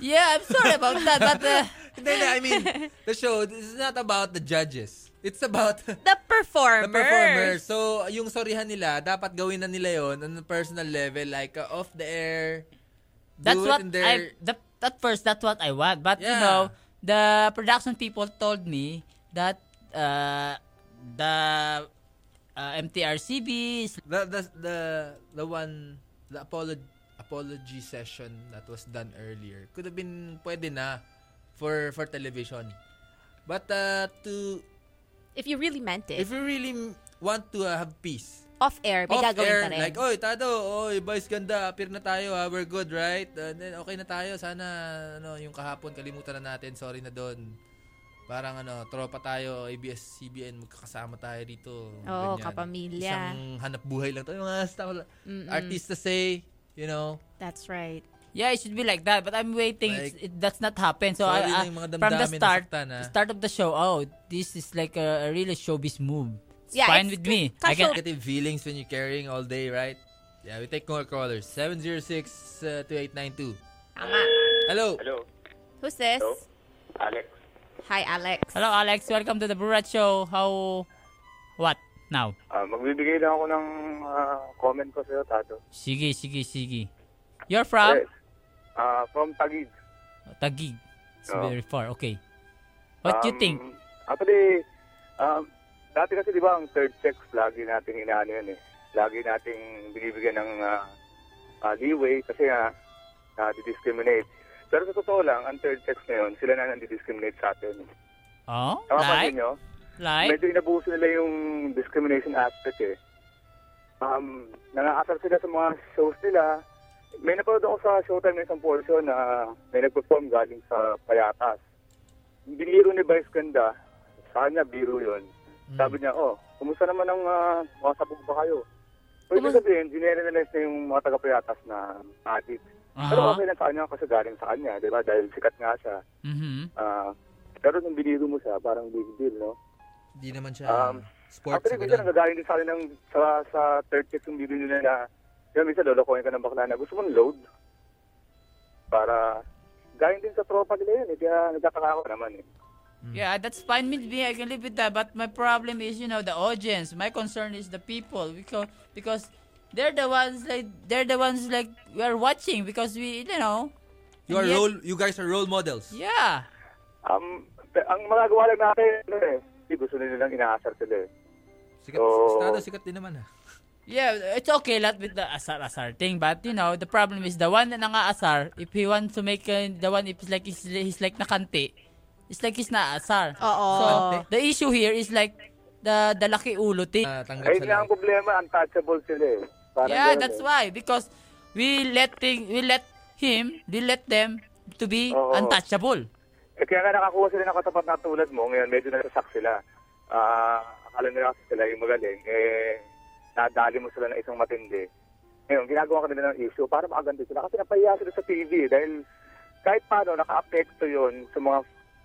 B: Yeah, I'm sorry about that, but uh,
A: Hindi, hindi, I mean, the show, this is not about the judges. It's about
C: The
A: the
C: performers.
A: performer. So, yung sorihan nila, dapat gawin na nila yon on a personal level, like uh, off the air. do
B: that's
A: it
B: what
A: in
B: I
A: their-
B: the, at first that's what I want. But you
A: Yeah.
B: know, the production people told me that uh, the uh, MTRCB is
A: the, the, the, the one, the apology, apology session that was done earlier could have been pwede na for for television. But uh, to
C: If you really meant it.
A: if you really m- want to uh, have peace,
C: off air, may
A: off
C: gagawin
A: air,
C: ka rin.
A: like, oh. oy, Tado, oy, boys, ganda, appear na tayo, ha? we're good, right? Uh, then, okay na tayo, sana, ano, yung kahapon, kalimutan na natin, sorry na doon. Parang, ano, tropa tayo, ABS-CBN, magkakasama tayo dito.
C: Oo,
A: ganyan.
C: kapamilya.
A: Isang hanap buhay lang tayo, mga staff, artista say, you know,
C: That's right.
B: Yeah, it should be like that. But I'm waiting. It's-
A: Like-
B: it, that's not happened. So
A: Sorry na
B: I,
A: yung mga
B: I- from the
A: damdamin,
B: start,
A: nasaktan, ah.
B: start of the show. Oh, this is like a, a really showbiz move. It's
C: Yeah,
B: fine
C: it's
B: with me. I
C: ca-
B: can.
A: negative feelings when you're carrying all day, right? Yeah, we take more callers. uh, 706-2892.
C: Tama.
A: Hello.
E: Hello,
C: Who's this?
E: Hello? Alex.
C: Hi, Alex.
B: Hello, Alex. Welcome to the Burat Show. How? What now?
E: Ah, magbibigay lang ako ng ah, comment ko sa'yo, Tato.
B: Sige, sige, sige. You're from
E: Eh, ah, from Taguig.
B: Taguig. It's
E: Oh.
B: very far. Okay. What you
E: Um,
B: think?
E: Actually, um, dati kasi di ba ang third sex lagi nating inaano yan eh. Lagi nating binibigyan ng ah, ah, leeway kasi nga uh, discriminate Pero sa totoo lang, ang third sex ngayon, sila na nandidiscriminate sa atin.
B: Oh, like,
E: Nakapansin nyo?
B: like.
E: Medyo inabuso nila yung discrimination aspect eh. Um, nangaasar sila sa mga shows nila. May napanood ako sa Showtime ng isang portion na may nag-perform galing sa Payatas. Biniro ni Vice Ganda. Sa kanya, biro yun. Sabi niya, oh, kumusta naman ang ah, mga sabog ba kayo? So, ibig sabihin, generalize na yung mga taga-Payatas na addict. Pero
B: Uh-huh.
E: okay lang sa kanya kasi galing sa kanya, di ba? Dahil sikat nga siya.
B: Mm-hmm.
E: Ah, pero nung biniro mo siya, parang big deal, no?
A: Di naman siya
E: Um,
A: sports.
E: Actually, minsan nagagaling din sa akin ng, sa, sa third check yung bibili nila na, yun, minsan lolokohin ka ng bakla na gusto mong load para galing din sa tropa nila yun. Eh, kaya nagkakakako naman eh.
A: Mm.
B: Yeah, that's fine with me. I can live with that. But my problem is, you know, the audience. My concern is the people because because they're the ones like they're the ones like we are watching because we you know
A: You are
B: Yes.
A: role, you guys are role models.
B: yeah
E: Um, pe- ang magagawa lang natin, ano eh, hindi gusto nila lang inaasar sila eh.
A: Sikat,
E: Oo.
F: Oh.
A: Estado, sikat din naman ah. ha.
B: yeah it's okay lot with the asar asar thing. But you know the problem is the one na nga asar if he wants to make uh, the one if it's like he's, he's like nakante It's like he's naasar.
C: Oo.
B: So, the issue here is like the the laki ulo thing.
A: Ah, tanggap
G: Ayun
A: sa
G: nga ang
A: lahat.
G: problema, untouchable sila eh. Parang
B: yeah,
G: ganun
B: that's
G: eh.
B: why because we let thing we let him, we let them to be
G: Oo.
B: untouchable.
G: Eh, kaya nga nakakuha sila ng katapat na tulad mo, ngayon medyo nasasak sila. Ah, akala nila kasi sila yung magaling, eh, nadali mo sila ng isang matindi. Ngayon, ginagawa ka nila ng issue para makaganti sila kasi napahiya sila sa TV eh, dahil kahit paano, naka-apekto yun sa mga,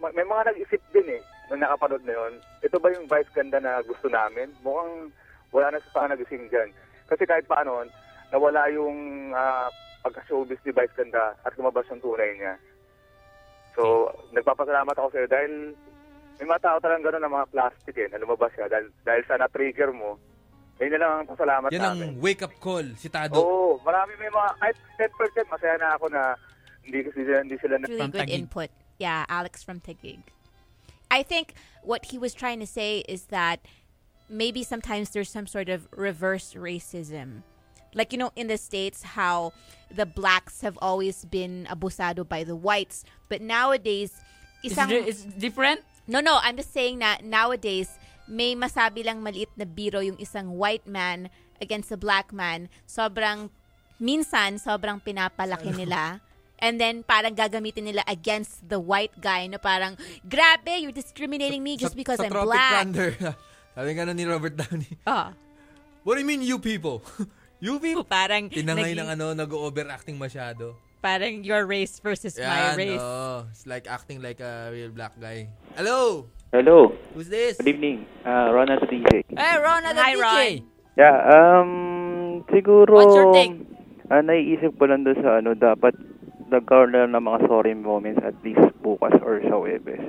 G: ma- may mga nag-isip din eh, nung nakapanood na yun, ito ba yung vice ganda na gusto namin? Mukhang wala na sa saan nagising dyan. Kasi kahit paano, nawala yung ah, pagka-showbiz ni vice ganda at lumabas yung tunay niya. So, nagpapasalamat ako sa'yo dahil may mga tao talagang gano'n ng mga plastic eh, na lumabas siya dahil, dahil sa na-trigger mo. Yun na lang ang pasalamat
A: Yan ang
G: namin.
A: wake-up call, si Tado.
F: Oh.
G: Oo, marami may mga, kahit 10% masaya na ako na hindi, sila, hindi sila na...
C: really
B: From
C: good
B: Taguig.
C: input. Yeah, Alex from Taguig. I think what he was trying to say is that maybe sometimes there's some sort of reverse racism. Like, you know, in the States, how the blacks have always been abusado by the whites. But nowadays,
B: It's,
C: isang-
B: re- it's different.
C: No, no, I'm just saying that nowadays, may masabi lang maliit na biro yung isang white man against a black man. Sobrang, minsan, sobrang pinapalaki nila. And then, parang gagamitin nila against the white guy na parang, grabe, you're discriminating me just
A: Sa-
C: because
A: sa
C: I'm
A: Tropic
C: black.
A: Thunder. Sabi nga na ni Robert Downey,
C: Oh,
A: What do you mean, you people? you people?
C: parang,
A: Tinangay
C: naging-
A: ng ano, nag-overacting masyado.
C: parang your race versus my
A: Yan,
C: race.
A: oo. It's like acting like a real black guy. Hello!
F: Hello.
A: Who's this?
F: Good evening. Uh, Ronald the DJ.
B: Hey, Ron, the DJ.
C: Hi, Eh, Ron. ano,
F: Yeah, um, siguro...
B: What's your take?
F: ah, naiisip ko lang doon sa ano, dapat nagkaroon lang ng mga sorry moments at least bukas or sa Webes.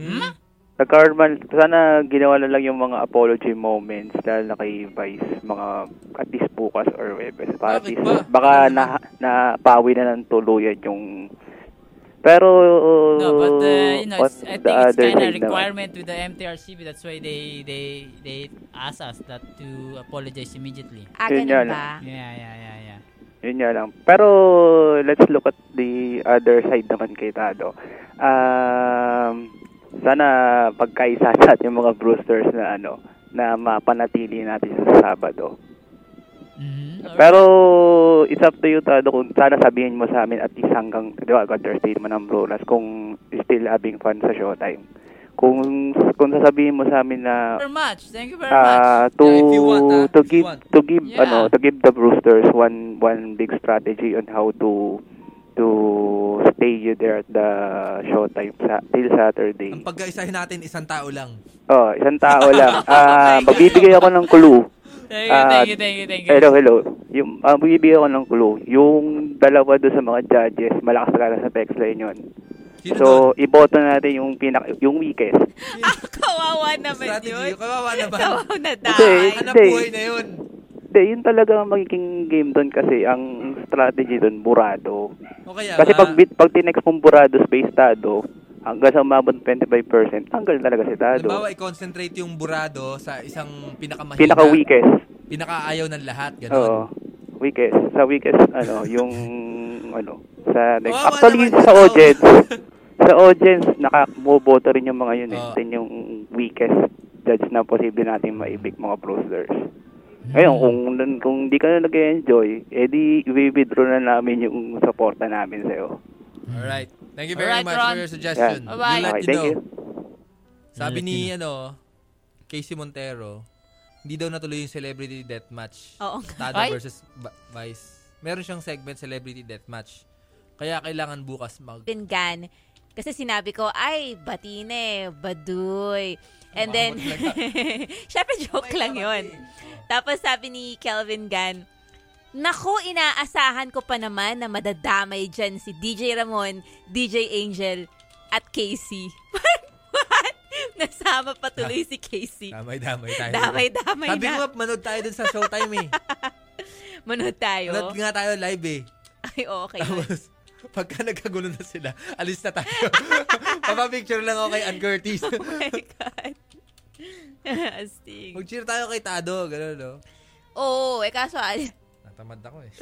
A: Hmm?
F: Nagkaroon man, sana ginawa na lang yung mga apology moments dahil na kay Vice, mga at least bukas or Webes. Para at
A: Bakit
F: least,
A: ba?
F: baka
A: Ano
F: na, napawi na ng tuluyan yung... Pero...
B: No, but uh, you know,
F: on
B: it's, I
F: the
B: think it's
F: other
B: kind of
F: side naman.
B: requirement with the MTRCB. That's why they they they ask us that to apologize immediately.
C: Ah,
F: Yun yan.
C: ganun ba?
B: Yeah, yeah, yeah, yeah.
F: Yun nga lang. Pero let's look at the other side naman kay Tado. Um, sana pagkaisa sa ating mga Brewsters na ano na mapanatili natin sa Sabado.
B: Mhm. Alright.
F: Pero it's up to you Tado kung sana sabihin mo sa amin at least hanggang di ba, hanggang Thursday naman ang Brewers kung still having fun sa showtime. Kung kung sasabihin mo sa amin na
B: Thank you very much. Thank you very much.
F: Ah, to
A: Yeah, if you want, ah,
F: to
A: if you
F: give
A: want.
F: to give
B: Yeah.
F: ano to give the Brewsters one one big strategy on how to to stay you there at the showtime sa till Saturday.
A: Ang pagkaisahin natin, isang tao lang.
F: Oh, isang tao lang. Ah, magbibigay ako ng clue.
B: Thank you,
F: Ah,
B: thank you, thank you, thank you.
F: Hello, hello. Yung ah, magbibigay ako ng clue. Yung dalawa doon sa mga judges, malakas talaga sa text line yun.
A: Sino
F: So, iboto natin yung pinak yung weakest.
C: Ah, kawawa
A: doon?
C: naman
A: Strategy,
C: yun.
A: kawawa naman.
C: Kawawa na
F: Hindi,
C: tayo.
A: Hanap
F: Hindi.
A: buhay na yun.
F: Hindi, yun talaga ang magiging game doon kasi ang strategy doon, burado.
A: O kaya
F: Kasi
A: nga,
F: pag, bit- pag tinext mong Burados by Estado, hanggang sa umabot ng 25%, tanggal talaga si Estado.
A: halimbawa, i-concentrate yung burado sa isang pinakamahina.
F: Pinaka-weakest.
A: Pinakaayaw ng lahat,
F: Oo.
A: gano'n.
F: Weakest. Sa weakest, ano, yung, ano, sa next.
A: Kawawa
F: Actually,
A: naman
F: sa
A: yung tao.
F: audience, sa audience, nakamoboto rin yung mga yun eh.
A: Oo.
F: Yun yung weakest judge na posible natin maibig mga prosers. Ngayon, kung, kung di ka na nag-enjoy, edi i-withdraw na namin yung suporta namin sa'yo.
A: Alright. Thank you very
B: Alright,
A: much
B: Ron.
A: for your suggestion.
F: Yeah.
A: We'll let
B: Bye-bye.
F: Okay,
A: you
F: thank
A: know.
F: you.
A: Sabi
B: Let
A: ni,
B: you
A: ano, Casey Montero, hindi daw natuloy yung celebrity deathmatch.
C: Oo nga.
A: Tado
B: Ay.
A: versus Ba- Vice. Meron siyang segment celebrity deathmatch. Kaya kailangan bukas mag...
C: pinggan. Kasi sinabi ko, ay, batine, baduy. And then,
A: Umabot
C: syempre joke lang yun. Tapos sabi ni Kelvin Gan, Naku, inaasahan ko pa naman na madadamay dyan si DJ Ramon, DJ Angel, at Casey. What? Nasama pa tuloy si Casey.
A: Damay-damay tayo.
C: Damay-damay
A: Sabi ko
C: na.
A: nga, manood tayo dun sa showtime eh.
C: Manood tayo.
A: Manood nga tayo live eh.
C: Ay, okay.
A: Tapos, pagka nagkagulo na sila, alis na tayo. Papapicture lang ako kay Ann Curtis.
C: Oh my God. Astig.
A: Mag-cheer tayo kay Tado. Ganun, no?
C: Oo, eh kaso,
A: Natamad ako eh.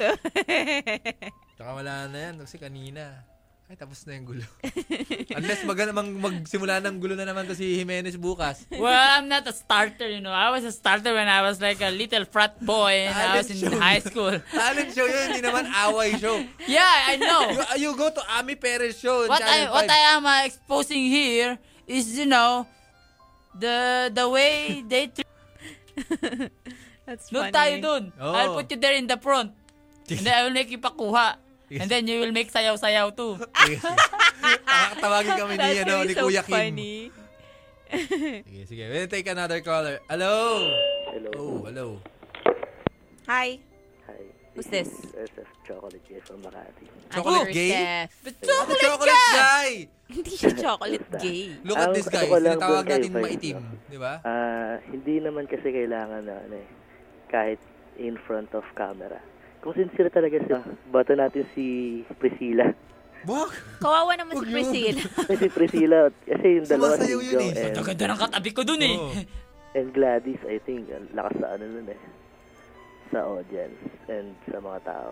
A: Tsaka wala na yan kasi kanina. Ay, tapos na yung gulo. Unless mag, mag, magsimula ng gulo na naman to si Jimenez bukas.
B: Well, I'm not a starter, you know. I was a starter when I was like a little frat boy and I was in
A: Talent show.
B: high school.
A: Talent show yun, hindi naman away show.
B: Yeah, I know.
C: Oh.
A: You, you go to Ami Perez show.
B: what
A: Channel
B: I what
A: 5.
B: I am uh, exposing here is you know the the way they treat.
C: That's
B: Doon
C: funny.
B: tayo doon.
A: Oh.
B: I'll put you there in the front. And then I will make you pakuha. And then you will make sayaw-sayaw too.
A: Ah, Tawagin kami ni,
C: That's
A: ano,
C: really
A: ni
C: so
A: Kuya Kim.
C: funny.
A: Sige, sige. We'll take another caller. Hello?
E: Hello.
A: Oh, hello.
C: Hi.
E: Hi.
C: Who's this?
E: SF Chocolate J from Makati.
A: Chocolate gay?
C: Chef.
B: But
A: Ako
B: chocolate,
A: chocolate
B: ka!
A: guy!
C: Hindi siya chocolate gay.
A: Look at
E: Ang
A: this
E: ano
A: guy.
E: ko lang
A: Tinatawag
E: doon kay
A: natin
E: Vice,
A: maitim.
E: no?
A: Di ba?
E: Ah, hindi naman kasi kailangan na ano eh, kahit in front of camera. Kung sincere talaga sila, bata natin si Priscilla.
A: Bok!
C: Kawawa naman si
A: Huwag yun.
C: Priscilla.
E: Kasi Priscilla, kasi yung dalawa si
A: Sumasayaw yun
E: Joe
A: eh.
E: and,
B: Ang ganda ng katabi ko dun eh.
A: Oo.
E: and Gladys, I think, ang lakas sa ano nun eh, sa audience and sa mga tao.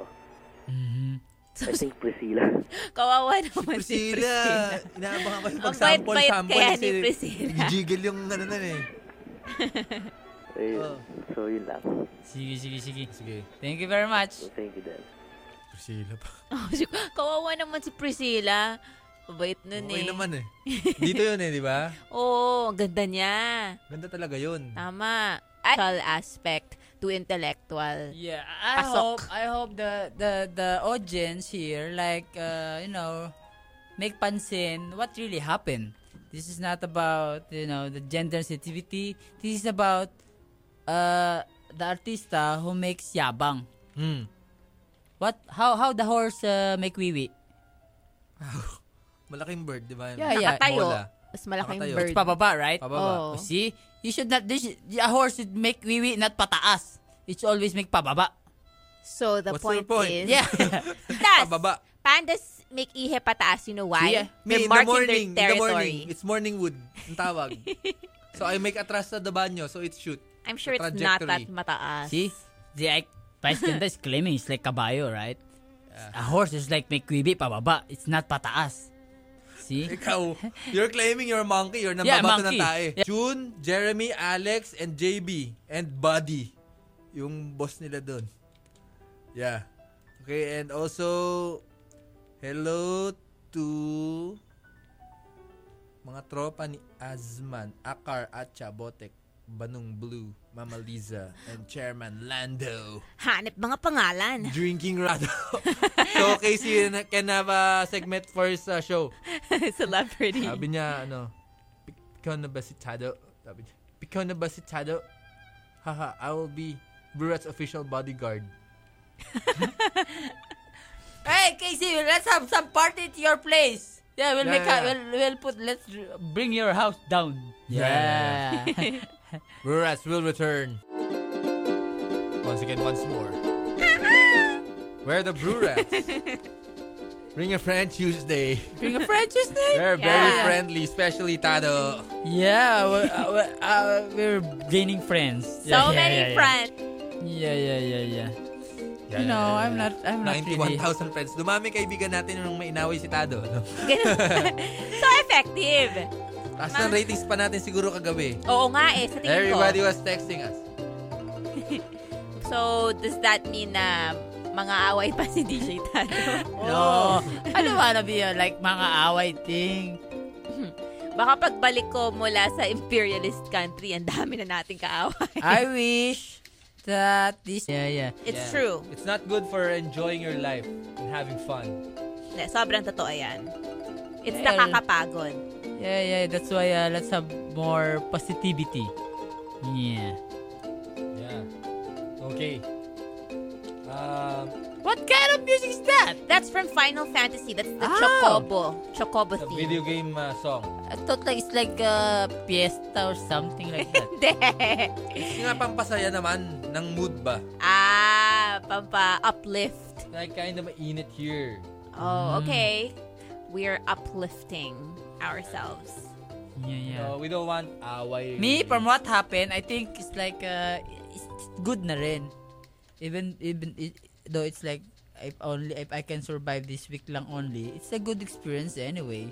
E: I think Priscilla.
A: Oh.
C: Kawawa naman si
A: Priscilla!
C: Priscilla.
A: Inaabangan ko yung
C: Ang
A: pag-sample.
C: bait-bait
A: sample
C: kaya
A: kasi
C: ni Priscilla.
A: Jiggle yung ano nun eh.
E: Ayun.
A: Oh.
E: So, yun lang.
B: Sige, sige, sige.
A: Sige.
B: Thank you very much.
E: So, thank you then.
A: Priscilla pa.
C: Oh, si- Kawawa naman si Priscilla. Mabait nun
A: Okay
C: eh.
A: naman eh. Dito yun eh, di ba?
C: Oo, ang ganda niya.
A: Ganda talaga yun.
C: Ah. Tama. Actual aspect to intellectual.
B: Yeah, I
C: Pasok.
B: hope I hope the the the audience here like uh, you know make pansin what really happened. This is not about you know the gender sensitivity. This is about uh the artista who makes yabang.
A: Hmm.
B: What how how the horse uh, make wiwi?
A: Malaking bird, di ba?
B: Yeah, yeah.
C: Nakatayo.
A: Mola.
C: Mas malaking
A: Nakatayo.
C: bird.
B: It's pababa, right?
A: Pababa.
C: Oh.
B: Oh, See, you should not. This, a horse should make wiwi, not pataas. It should always make pababa.
C: So the
A: What's
C: point,
A: your point?
C: is,
B: Yeah.
C: pandas,
A: Pababa.
C: pandas make ihe pataas. You know why?
B: Yeah.
A: Me, in
C: They're
A: the
C: marking
A: morning.
C: their
A: In the morning.
C: territory.
A: It's morning wood. Ang tawag. so I make a trust sa the banyo. So it's shoot.
C: I'm sure
A: the
C: it's not that
A: trajectory.
C: mataas.
B: See, the like, Vice Ganda is claiming it's like kabayo, right? A horse is like may quibi pababa. It's not pataas. See?
A: Ikaw, you're claiming you're a monkey. You're
B: Yeah,
A: nambabato ng
B: monkey.
A: tae.
B: Yeah.
A: June, Jeremy, Alex, and JB. And Buddy. Yung boss nila doon. Yeah. Okay, and also, hello to mga tropa ni Azman, Akar, Acha, Botek, Banong Blue, Mama Liza, and Chairman Lando.
C: Hanip mga pangalan.
A: Drinking Rado. so, Casey can have a segment for his uh, show.
C: Celebrity.
A: Sabi niya, ano, pikaw na ba si Tado? Sabi niya, pikaw na ba si Tado? Haha, I will be Burat's official bodyguard.
B: Hey, Casey, let's have some party at your place. Yeah, we'll
A: Yeah,
B: make a,
A: yeah.
B: we'll, we'll put let's bring your house down.
A: Yeah.
B: Yeah.
A: Burat's will return. Once again, once more. Where the Brurats? Bring a friend Tuesday.
B: bring a friend Tuesday.
A: They're very
C: Yeah.
A: friendly, especially Tado.
B: Yeah, we're, uh, we're, uh, we're gaining friends.
C: So many friends.
B: Yeah, yeah, yeah, yeah. you know, I'm not I'm not really
A: 91,000 friends. Dumami kaibigan natin nung mainaway si Tado. No?
C: so effective.
A: Taas ng ratings pa natin siguro kagabi.
C: Oo nga eh, sa tingin
A: Everybody
C: ko.
A: was texting us.
C: So does that mean na mga away pa si DJ Tado?
B: No. I don't wanna be a, like mga away thing.
C: Baka pagbalik ko mula sa imperialist country, ang dami na nating kaaway.
B: I wish that this Yeah, yeah.
C: It's
A: Yeah.
C: true.
A: It's not good for enjoying your life and having fun.
C: Ne, Sobrang totoo yan. It's
B: Well,
C: nakakapagod.
B: Yeah, yeah, that's why uh, let's have more positivity. Yeah.
A: Yeah. Okay. Um,
B: What kind of music is that?
C: That's from Final Fantasy. That's the
B: Ah.
C: Chocobo. Chocobo
A: the
C: theme.
A: video game uh, song.
B: I thought like it's like a fiesta or something like that.
C: Hindi.
A: Yung nga pampasaya naman ng mood ba?
C: ah, pampa-uplift.
A: Like kind of mainit here. Mm.
C: Oh, okay. We're uplifting ourselves.
B: yeah, yeah.
A: No, we don't want away.
B: Me, from what happened, I think it's like uh, it's good na rin. Even even it, though it's like if only if I can survive this week lang only, it's a good experience anyway.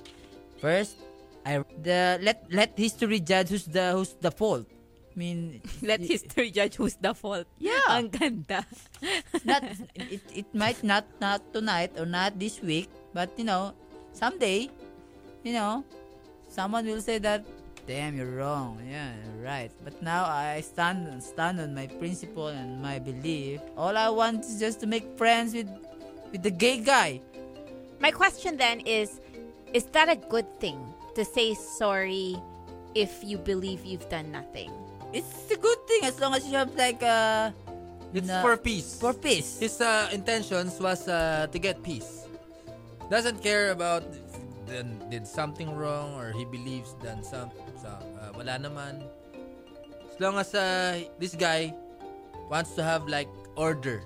B: First, I the let let history judge who's the who's the fault. I mean,
C: Let
B: it-
C: history judge who's the fault.
B: Yeah.
C: Ang ganda.
B: not it, it might not not tonight or not this week but you know someday you know someone will say that damn you're wrong yeah you're right but now i stand stand on my principle and my belief all i want is just to make friends with with the gay guy
C: My question then is is that a good thing to say sorry if you believe you've done nothing?
B: it's a good thing as long as you have like uh
A: It's
B: na-
A: for peace.
B: for peace
A: His uh, intentions was uh, to get peace. Doesn't care about if then did something wrong or he believes done some so, uh, wala naman. As long as uh, this guy wants to have like order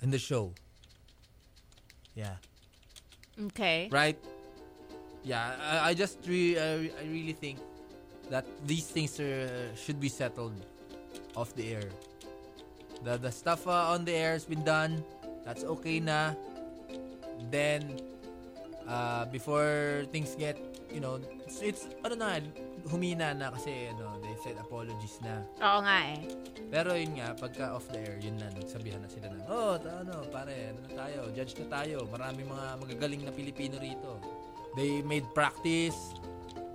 A: in the show. Yeah.
C: Okay.
A: Right? Yeah, I, I just re- I, I really think that these things are, should be settled off the air. The the stuff uh, on the air has been done. That's okay na. Then uh, before things get, you know, it's, it's ano na, humina na kasi ano, they said apologies na.
C: Oo nga eh.
A: Pero yun nga, pagka off the air, yun na, nagsabihan na sila na, oh, ta- ano, pare, ano na tayo, judge na tayo, maraming mga magagaling na Pilipino rito. They made practice,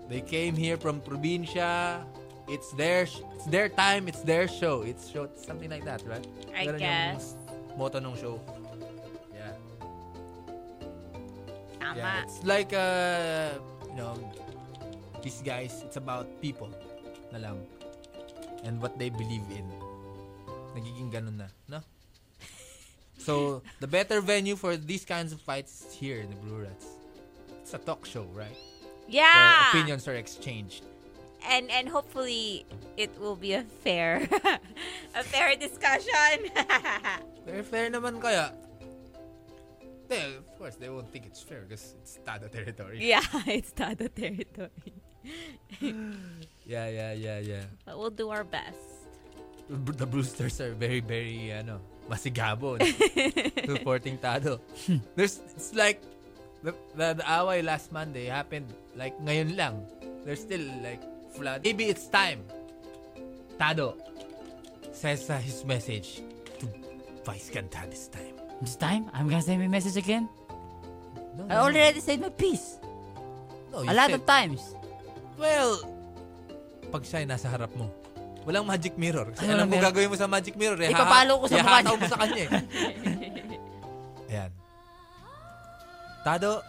A: they came here from probinsya, it's their, sh- it's their time, it's their show, it's show, something like that, right?
C: I
A: Ganun
C: guess.
A: yung motto ng show. Yeah. Yeah,
C: Tama.
A: it's like uh, you know, these guys, it's about people na lang and what they believe in. Nagiging ganun na, no? So, the better venue for these kinds of fights is here in the Blue Rats. It's a talk show, right?
C: Yeah.
A: Where opinions are exchanged.
C: And and hopefully it will be a fair a fair discussion.
A: Fair, fair naman kaya. They, of course, they won't think it's fair because it's Tada territory.
C: yeah, it's Tada territory.
A: Yeah, yeah, yeah, yeah.
C: But we'll do our best.
A: Br- the Brewsters are very, very, ano, masigabo. no? Supporting Tado. There's, it's like, the, the, the away last Monday happened, like, ngayon lang. There's still, like, flood. Maybe it's time. Tado says uh, his message to Vice Ganda this time.
B: this time i'm gonna send my message again
A: No,
B: i already said my piece
A: no, you
B: a lot
A: said-
B: of times
A: Well, pag siya'y nasa harap mo, walang magic mirror. Kasi alam
B: Ay, walang
A: mo
B: mirror.
A: gagawin mo sa magic mirror. eh,
B: Ipapalo ko
A: haha-
B: sa mukha
A: ihahataw
B: niya.
A: mo sa kanya eh. Ayan. Tado,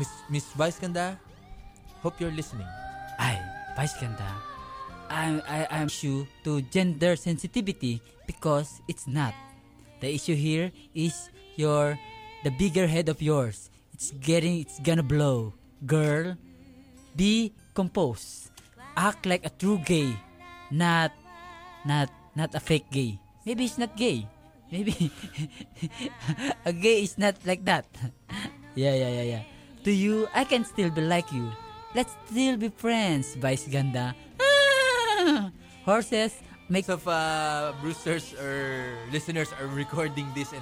A: Miss, Miss Vice Ganda, hope you're listening.
B: I, Vice Ganda, I, I, I'm issue to gender sensitivity because it's not. The issue here is your, the bigger head of yours. It's getting, it's gonna blow. Girl, be composed. Act like a true gay, not, not, not a fake gay. Maybe it's not gay. Maybe a gay is not like that. yeah, yeah, yeah, yeah. To you, I can still be like you. Let's still be friends, Vice Ganda. Ah! Horses make
A: Most of uh, Brewsters or listeners are recording this and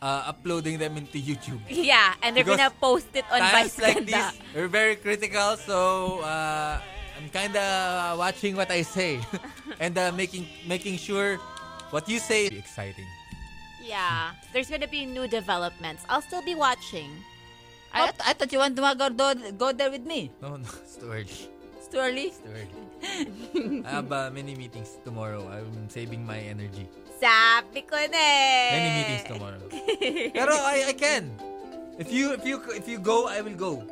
A: uh, uploading them into YouTube.
C: Yeah, and they're
A: Because
C: gonna post it on
A: times
C: Vice
A: like
C: Ganda.
A: this, we're very critical, so uh, I'm kinda watching what I say and uh, making making sure what you say is exciting.
C: Yeah, there's gonna be new developments. I'll still be watching.
B: I, I thought you want to go, do- go there with me.
A: No, no, it's too early.
B: It's too early.
A: It's too early. I have uh, many meetings tomorrow. I'm saving my energy.
C: Sabi ko na eh.
A: Many meetings tomorrow. Pero I, I can. If you if you if you go, I will go.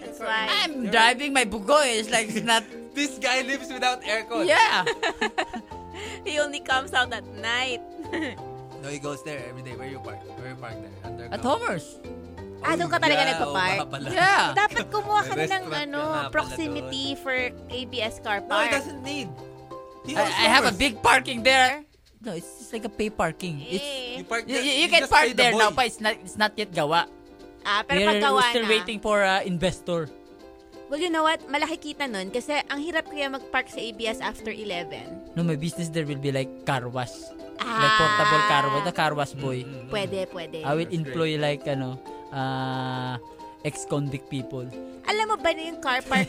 C: That's why.
B: I'm driving my bugoy. It's like it's not.
A: This guy lives without aircon.
B: yeah.
C: He only comes out at night.
A: No, he goes there every day. Where you park? Where you park there? Underground.
B: At Homer's.
C: Ah, doon ka talaga
A: yeah,
C: nagpa-park?
A: oo nga pala.
B: Yeah.
C: Dapat kumuha
A: May
C: ka ng
A: restaurant ka nga
C: ano,
A: pala
C: proximity for ABS car
A: No, he
C: park.
A: doesn't need. He
B: I,
A: knows
B: I have a
A: yours.
B: big parking there. No, it's just like a pay parking. It's
C: eh.
A: You park
B: you,
A: there,
B: you, you
A: you
B: can
A: just pay
B: park
A: the
B: there
A: boy.
B: now, but it's not it's not yet gawa.
C: Ah, pero
B: We're,
C: pagkawa
B: we're still
C: na.
B: waiting for uh, investor.
C: Well, you know what? Malaki kita nun kasi ang hirap kaya mag-park sa ABS after 11.
B: No, my business there will be like car wash. Like portable car wash, the car wash boy.
A: Mm-hmm.
C: Pwede, pwede.
B: I will employ like ano, uh, ex-convict people.
C: Alam mo ba na yung car park?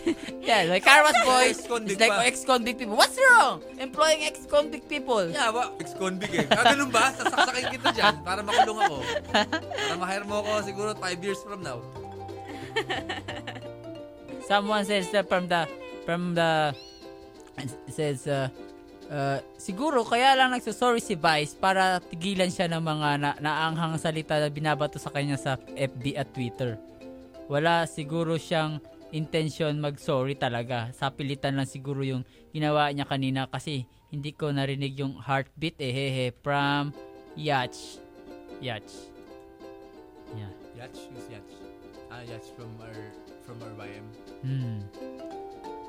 B: Yeah, like car wash boy.
A: Ex-convict
B: It's like
A: pa.
B: oh, ex-convict people. What's wrong? Employing ex-convict people.
A: Yeah, ba? Ex-convict eh. Ah, ganun ba? Sasaksakin kita dyan para makulong ako. Para ma-hire mo ako siguro 5 years from now.
B: Someone says that from the from the says uh, uh, siguro kaya lang nagsusorry si Vice para tigilan siya ng mga na, naanghang salita na binabato sa kanya sa FB at Twitter. Wala siguro siyang intention mag-sorry talaga. Sa pilitan lang siguro yung ginawa niya kanina kasi hindi ko narinig yung heartbeat eh hehe from Yatch. Yatch. Yeah.
A: Yatch, who's Yatch? Ah, Yatch from our, from our YM.
B: Hmm.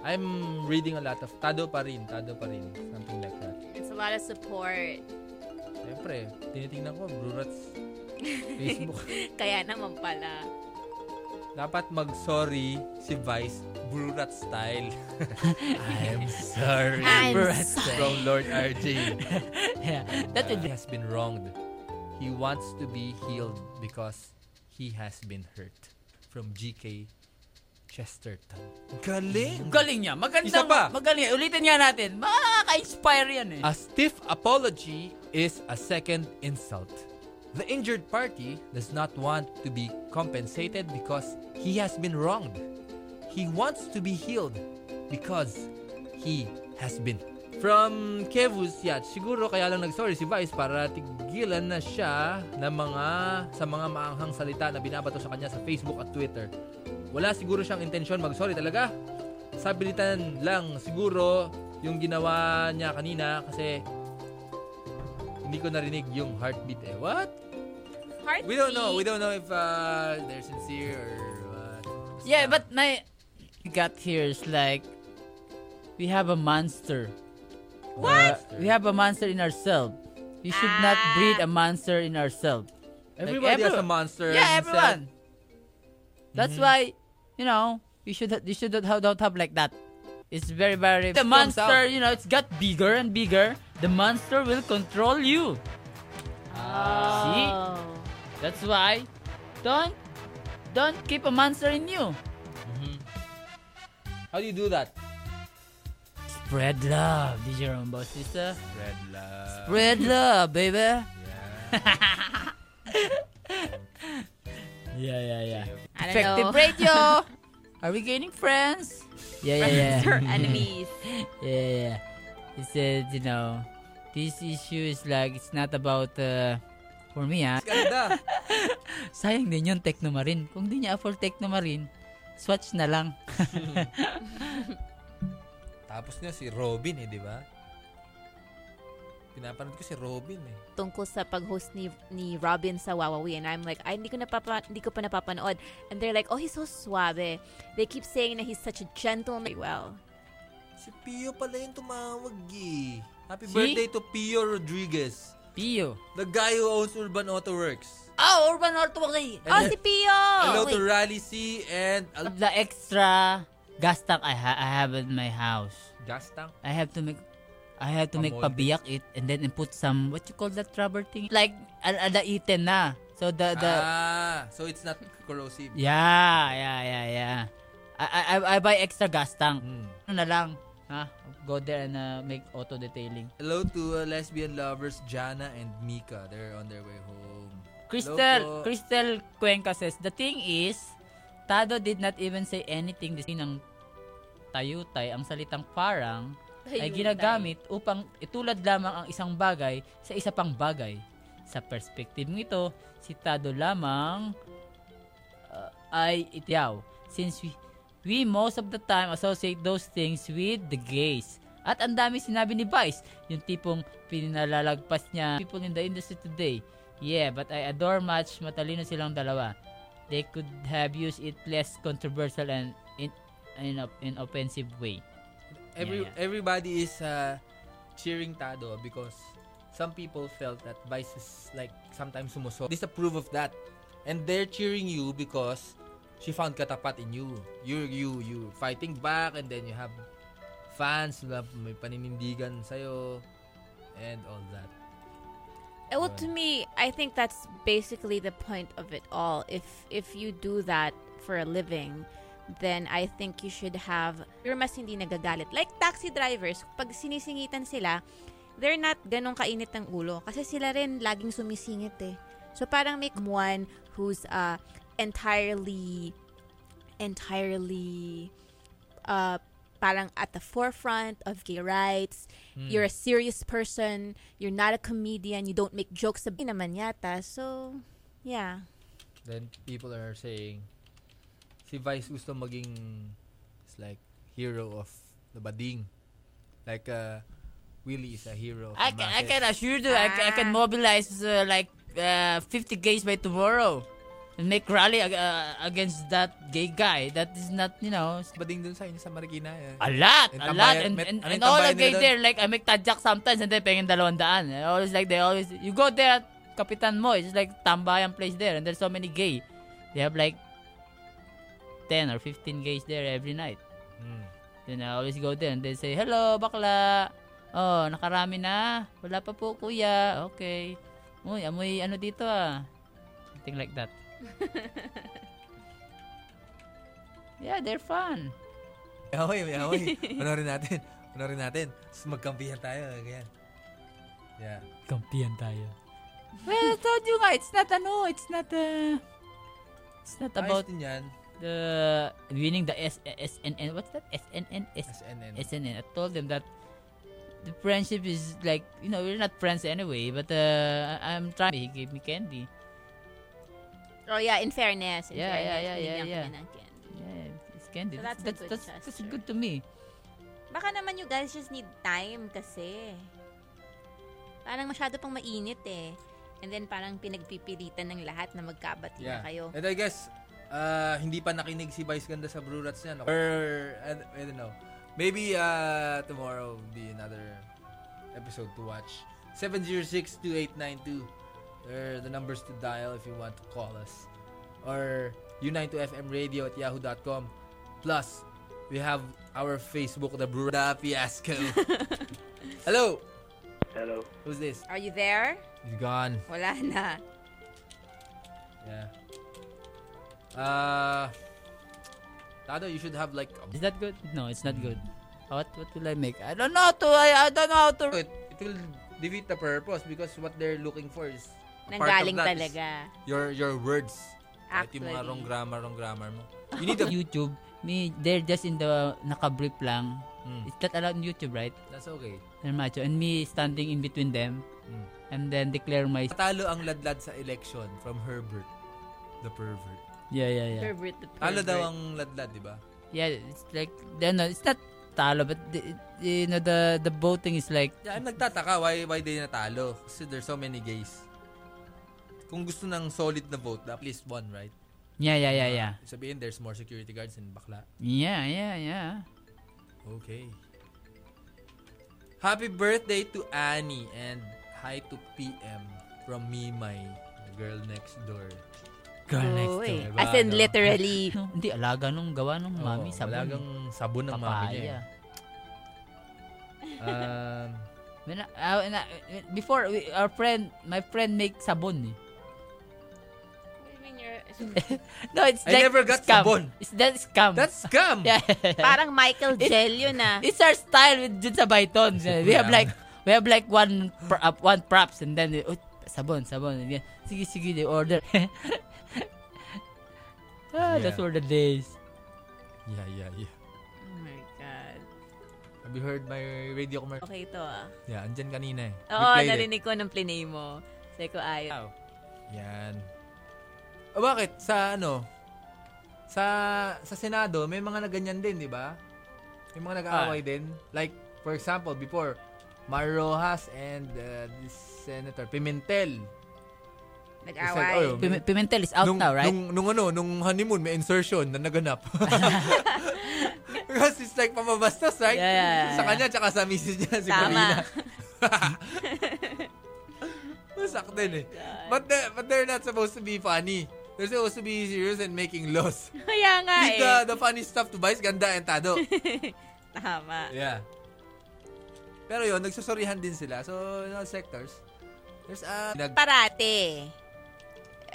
A: I'm reading a lot of Tado pa rin, Tado pa rin. Something like that.
C: It's a lot of support.
A: Siyempre, tinitingnan ko, Brurats Facebook.
C: Kaya naman pala.
A: Dapat mag-sorry si Vice, Brurat style. I'm sorry.
C: I'm
A: Brurat
C: sorry.
A: From Lord RJ.
B: Yeah. That would
A: He has been wronged. He wants to be healed because he has been hurt. From GK Chesterton. Galing!
B: Galing niya. Maganda.
A: Isa pa.
B: Magaling. Ulitin nga natin. Makaka-inspire yan eh.
A: A stiff apology is a second insult. The injured party does not want to be compensated because he has been wronged. He wants to be healed because he has been. From Kevus Yat, siguro kaya lang nag-sorry si Vice para tigilan na siya ng mga sa mga maanghang salita na binabato sa kanya sa Facebook at Twitter. Wala siguro siyang intensyon mag-sorry talaga. Sabilitan lang siguro yung ginawa niya kanina kasi hindi ko narinig yung heartbeat eh. What?
C: Heartbeat.
A: We don't know. We don't know if uh, they're sincere or what.
B: yeah, but my got here is like we have a monster.
A: Uh,
B: What? we have a monster in ourselves. We should not breed a monster in ourselves.
A: Everybody has a monster.
B: Yeah,
A: himself.
B: everyone. That's why, you know, you should you should not have, don't have like that. It's very very the
A: comes
B: monster.
A: out.
B: You know, it's got bigger and bigger. The monster will control you.
C: Ah.
B: See,
C: Oh.
B: that's why, don't don't keep a monster in you.
A: How do you do that?
B: Spread love, DJ Rombo sister.
A: Red love.
B: Spread love, baby.
A: Yeah.
B: Yeah, yeah, yeah.
C: I don't
B: Effective
C: know.
B: radio. Are we gaining friends? Yeah, yeah, yeah.
C: Her enemies.
B: Yeah, he said, you know, this issue is like, it's not about, uh, for me ah,
A: Ganda.
B: sayang din yung Tecno Marine. Kung di niya afford Tecno Marine, swatch na lang.
A: Tapos nga si Robin eh, di ba? Pinapanood ko si Robin eh.
C: tungkol sa pag-host ni, ni Robin sa Wawawi. And I'm like, ay, hindi ko, napapa, hindi ko pa napapanood. And they're like, oh, he's so suave. They keep saying that he's such a gentleman. Well,
A: Si Pio pala yung tumawag eh. Happy
B: Si?
A: birthday to Pio Rodriguez.
B: Pio.
A: The guy who owns Urban Auto Works.
B: Oh, Urban Orthodoxy!
C: oh, si Pio!
A: Hello
C: Wait,
A: to Rally C and Al-
B: The extra gas tank I, ha- I have in my house.
A: Gas Tank.
B: I have to make I have to make
A: Pamold
B: pabiyak it and then put some what you call that rubber thing like al ala iten na so the the
A: Ah, so it's not corrosive.
B: yeah yeah yeah yeah I, I I- I buy extra gas tank
A: Hmm.
B: ano na lang ha go there and uh, make auto detailing
A: Hello to uh, lesbian lovers Jana and Mika. They're on their way home.
B: Crystal
A: Hello po.
B: Crystal Cuenca says the thing is Tado did not even say anything this ng tayutay ang salitang parang ay
C: Tayutay.
B: ginagamit upang itulad lamang ang isang bagay sa isa pang bagay. Sa perspective nito, si Tado lamang uh, ay ityaw since we, we most of the time associate those things with the gays. At ang dami sinabi ni Vice, yung tipong pinalalagpas niya people in the industry today. Yeah, but I adore much matalino silang dalawa. They could have used it less controversial and in in, a- in offensive way.
A: Every
B: Yeah,
A: everybody is uh, cheering Tado because some people felt that Vice is like sometimes sumuso. Disapprove of that, and they're cheering you because she found katapat in you. You you you fighting back, and then you have fans na may paninindigan sa'yo and all that.
C: Uh, well, to me, I think that's basically the point of it all. If if you do that for a living, then I think you should have you're mas hindi nagagalit. Like taxi drivers, pag sinisingitan sila, they're not ganong kainit ng ulo kasi sila rin laging sumisingit eh. So parang make one who's uh entirely entirely uh parang at the forefront of gay rights.
A: Hmm.
C: You're a serious person. You're not a comedian. You don't make jokes about naman yata. So, yeah.
A: Then people are saying, si Vice gusto maging is like hero of the bading. Like uh, Willie is a hero. Of
B: I
A: the
B: can, I
A: masses.
B: can assure you, I, ca- I
A: Ah.
B: can mobilize uh, like uh, 50 gays by tomorrow and make rally ag- uh, against that gay guy. That is not, you know, s-
A: Bading dun sa inyo sa Marikina. Eh.
B: a lot,
A: And
B: a lot.
A: tambayan-
B: And,
A: met-
B: and,
A: ano
B: and
A: yung
B: all the
A: tambayan
B: gays
A: nila
B: there, like, I make tadjak sometimes and they pengen dalawandaan. And always like, they always, you go there at Kapitan Mo, it's like tambayan place there and there's so many gay. They have like 10 or 15 gays there every night.
A: Mm.
B: Then I always go there and they say, Hello, bakla. Oh, nakarami na. Wala pa po, kuya. Okay. Uy, amoy ano dito ah. Something like that. yeah, they're fun.
A: Yahoy, yahoy. Panorin natin. Panorin natin. Tapos magkampihan tayo. Ganyan. Yeah.
B: Kampiyan tayo. Well, I told you nga, it's not ano, it's not uh, It's not
A: About
B: about
A: din yan.
B: the winning the S- SNN. What's that? SNN? S-
A: SNN.
B: SNN. I told them that the friendship is like you know we're not friends anyway, but uh, I- I'm trying. He gave me candy.
C: Oh, yeah, in fairness. In
B: Yeah,
C: fairness,
B: yeah, yeah,
C: binigyan
B: yeah,
C: kami
B: yeah.
C: ng candy.
B: Yeah, it's candy.
C: So
B: that's that's
C: that's a
B: that's,
C: good
B: that's
C: gesture.
B: good to me.
C: Baka naman you guys just need time kasi. Parang masyado pang mainit eh. And then parang pinagpipilitan ng lahat na magkabati na
A: Yeah.
C: kayo.
A: And I guess, uh, hindi pa nakinig si Vice Ganda sa Brew Rats niyan. Or, I, I don't know. Maybe uh, tomorrow will be another episode to watch. 706-2892 are the numbers to dial if you want to call us. Or u92fm radio at yahoo.com. Plus, we have our Facebook, The Brew Rat Fiasco. Hello!
E: Hello.
A: Who's this?
C: Are you there?
A: He's gone.
C: Wala na.
A: Yeah. Uh, Tado, you should have like a
B: Is that good? No, it's not good. What what will I make? I don't know how to. I, I don't know how to.
A: it, it will defeat the purpose because what they're looking for is a part of
C: Nanggaling
A: that is
C: talaga.
A: Your your words. Kahit yung mga
C: Actually.
A: wrong grammar, wrong grammar mo. You need a...
B: YouTube. Me, they're just in the nakabrief lang.
A: Mm,
B: It's not allowed on YouTube, right?
A: that's okay.
B: They're macho. And me standing in between them.
A: Mm.
B: And then declare my...
A: Talo ang ladlad sa election from Herbert the pervert.
B: Yeah, yeah, yeah.
C: Pervert the
A: Talo
C: pervert.
A: daw ang ladlad, di ba?
B: Yeah, it's like... Then, it's not talo, but the, you know, the the voting is like...
A: Yeah, I'm nagtataka why why they natalo kasi there's so many gays. Kung gusto ng solid na vote, at least one, right?
B: Yeah, yeah, yeah, yeah.
A: Sabihin there's more security guards and bakla.
B: Yeah, yeah, yeah.
A: Okay. Happy birthday to Annie and hi to PM from Mimay, the girl next door.
B: Girl next
C: Uy.
B: door.
A: diba,
C: eh. As in
A: no?
C: literally.
B: No, eh, Hindi, alaga nung gawa nung
A: Oo,
B: mami. sabon.
A: Oh, Walagang sabon ng mami niya.
B: papaya.
A: eh. Um,
B: When I- ah, when I- before, we- our friend, my friend make sabon eh. No, it's
A: I
B: like
A: never got
B: scam.
A: sabon.
B: It's that scam.
A: that's scam!
B: Yeah.
C: Parang Michael Gel yun ah.
B: It's our style with dun sa Python. We have
A: ah.
B: like we have like one pr- uh, one props and then oh, sabon sabon. Yeah. Sige sige they order. ah, Those
A: Yeah.
B: were the days.
A: Yeah, yeah, yeah.
C: Oh my God.
A: Have you heard my radio commercial?
C: Okay to ah.
A: Yeah, andyan kanina eh. We
C: Oo,
A: played it.
C: narinig ko ng plinay mo. Sabi ko, ayaw.
A: Yan. Oh, bakit? Sa ano? Sa sa Senado, may mga naganyan din, di ba? May mga nag-aaway din. Like, for example, before, Mar Rojas and uh, this Senator Pimentel.
C: Nag-away.
A: It's like, oh,
B: Pim- Pimentel is out
A: nung,
B: now, right?
A: Nung, nung ano, nung honeymoon, may insertion na naganap. Because it's like pamabastos, right?
B: Yeah, yeah, yeah,
A: Sa
B: yeah.
A: kanya, tsaka sa misis niya, si Marina.
C: Tama.
A: Masak din eh.
B: Oh
A: But, they, but they're not supposed to be funny. They're supposed to be serious and making laws.
C: Kaya nga
A: Leave
C: eh.
A: the, the funny stuff to Vice Ganda and Tado.
C: Tama.
A: yeah. Pero yun, nagsusorihan din sila. So, in all sectors. There's a... Nag-
C: parate.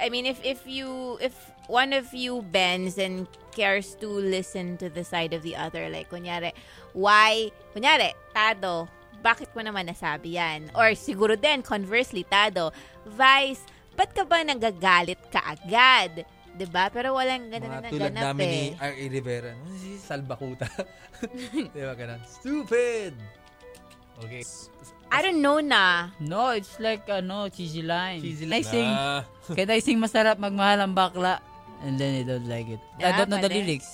C: I mean, if if you if one of you bends and cares to listen to the side of the other, like kunyari, why, kunyari, Tado, bakit mo naman nasabi yan? Or siguro din, conversely, Tado, Vice, ba't ka ba nagagalit ka agad? 'Di ba Pero walang
B: Ano
C: ganun
A: mga
C: na
A: tulad
C: ganap
A: namin ni
C: eh.
A: R.A. Rivera. Ano si Salbakuta? Di ba ganun? Stupid! Okay.
C: I don't know na.
B: No, it's like, ano, cheesy line.
A: Cheesy
B: Can I
A: lang.
B: sing,
A: Ah.
B: can I sing masarap magmahal ang bakla? And then I don't like it. I
C: Ah,
B: don't know the
C: mali.
B: lyrics.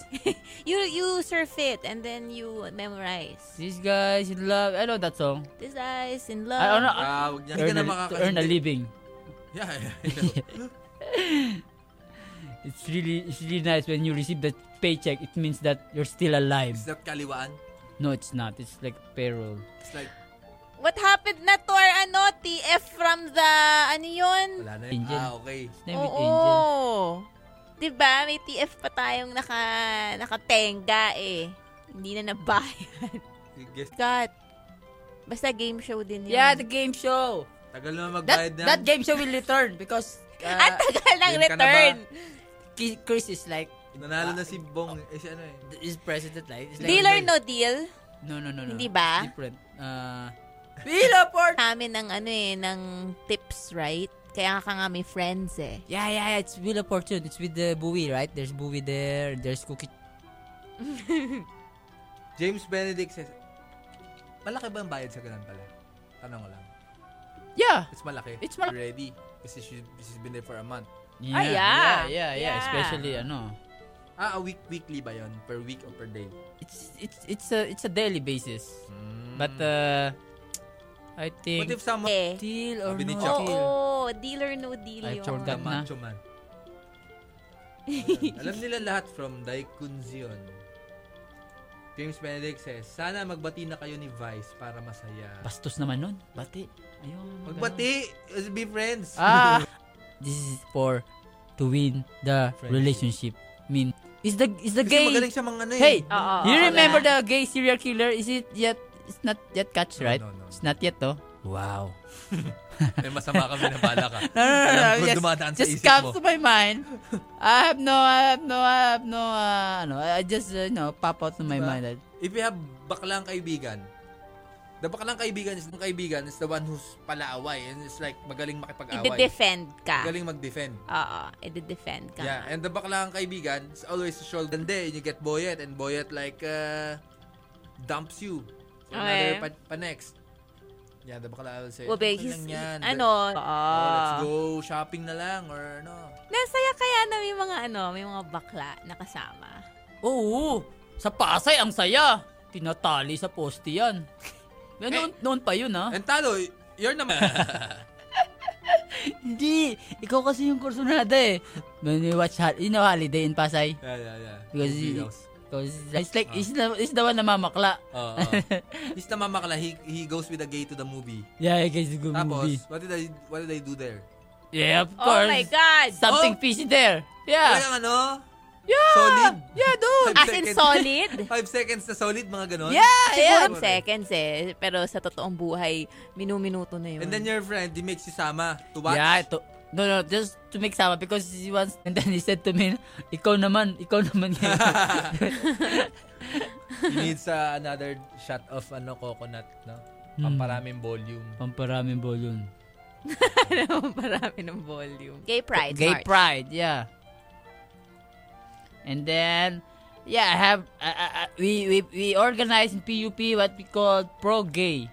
C: You you surf it and then you memorize.
B: These guys in love. I know that song.
C: This guy's in love.
B: I don't know.
A: Ah, wag niya. Hindi ka
B: Earn
A: na
B: a, to
A: makaka-
B: earn a living.
A: Yeah, yeah, I know.
B: It's really, it's really nice when you receive that paycheck. It means that you're still alive.
A: Is that kaliwaan?
B: No, it's not. It's like payroll.
A: It's like,
C: What happened na to our ano, TF from the, ano yun?
A: wala na yun.
B: Angel.
A: Ah, okay.
B: It's named
C: Oh,
B: it Angel.
C: Diba? May TF pa tayong naka, nakatenga eh. Hindi na nabayad.
A: You Guess,
C: God. Basta game show din yun.
B: Yeah, the game show.
A: tagal na
B: That,
A: magbayad na.
B: that game show will return because
C: Ah, Ang
B: uh,
C: tagal ng
A: game ka na ba?
C: return.
B: Ki- Chris is like
A: Nanalo na si Bong. Eh, si ano eh.
B: is president like, is like
C: Deal or no deal?
B: No, no, no, no.
C: Hindi ba?
B: Different. Uh, Villa Port.
C: Namin ng ano eh, ng tips, right? Kaya ka nga may friends eh.
B: Yeah, yeah, yeah. It's Villa Fortune. It's with the Bowie, right? There's Bowie there. There's Cookie.
A: James Benedict says, malaki ba ang bayad sa ganun pala? Tanong ko lang.
B: Yeah.
A: It's malaki.
B: It's malaki.
A: Already. Kasi she, she's been there for a month.
B: Yeah,
C: Ah, yeah.
B: yeah, yeah, yeah.
C: Yeah.
B: Especially ano.
A: Ah, a week, weekly ba yon Per week or per day?
B: It's it's it's a it's a daily basis.
A: Hmm.
B: But uh, I think
A: What if someone,
C: Eh.
B: deal or
A: Sabi ni
B: no
A: Chuck.
B: deal.
C: Oo, deal or no deal
B: I've
C: yun.
B: told
A: the
B: that eh, na.
A: macho man? Ayan. Alam nila lahat from Daikunzion. James Benedict says, Sana magbati na kayo ni Vice para masaya.
B: Bastos naman nun. Bati. Ayun.
A: Magbati! Let's be friends!
B: Ah! this is for to win the
A: Friendship.
B: relationship. mean, is the is the
A: Kasi
B: gay?
A: magaling siya mga ano eh.
B: Hey,
C: Oo,
B: you
C: oo,
B: remember
C: wala.
B: the gay serial killer? Is it yet? It's not yet catch,
A: No,
B: right?
A: no, no, no.
B: It's not yet, to. Wow.
A: May masama kami na bala ka.
B: No, no, no, no.
A: Alam ko
B: Just,
A: dumadaan sa
B: just
A: isip
B: comes
A: mo.
B: to my mind. I have no, I have no, I have no, uh, no. I just, uh, you know, pop out to my
A: Diba?
B: mind. that
A: If you have baklang kaibigan, the baklang kaibigan is yung kaibigan is the one who's palaaway and it's like magaling makipag-away.
C: Ide-defend ka.
A: Magaling mag-defend.
C: Oo, ide-defend ka.
A: Yeah, and the baklang kaibigan is always the shoulder. And then you get boyet and boyet like uh, dumps you. So Another
C: Okay.
A: pa, pa next. Yeah, the bakla will say,
C: Well,
A: "Okay
C: babe, he's,
A: lang yan.
C: ano,
A: Oh,
C: oo.
A: let's go shopping na lang or ano.
C: Nasaya kaya na may mga ano, may mga bakla na kasama.
B: Oo, sa Pasay, ang saya. Tinatali sa poste yan. Yan, noon, noon pa yun, ha?
A: And Talo, you're naman.
B: Hindi! Ikaw kasi yung kursonada eh. When we watch, Hol- you know, Holiday in Pasay.
A: yeah, yeah, yeah.
B: Because he-
A: Videos.
B: Because it's like, it's the, it's the one na mamakla.
A: Oo. oo. Oh, He's namamakala. He, he goes with the gay to the movie.
B: Yeah, you guys, good
A: Tapos,
B: movie.
A: what did I what did I do there?
B: Yeah, of
C: Oh
B: course.
C: my God!
B: Something
A: Oh.
B: fishy there. Yeah.
A: Talagang ano?
B: Yeah.
A: Solid.
B: Yeah, dude.
A: Five
C: Oh, As in
A: seconds.
C: solid?
A: Five seconds na solid, mga ganon.
B: Yeah, yeah.
C: Siguro seconds eh. Pero sa totoong buhay, minuminuto na yun.
A: And then your friend, he makes you sama to watch.
B: Yeah, ito. No, no, just to make sama because he once, and then he said to me, ikaw naman, ikaw naman ngayon.
A: He needs uh, another shot of ano coconut, no?
C: Hmm.
A: Pamparaming volume.
B: Pamparaming volume.
C: Alam mo, Ano, marami ng volume. Gay pride.
B: Gay
C: March.
B: pride, yeah. And then, yeah, I have uh, uh, uh, we we we organize in PUP what we call pro gay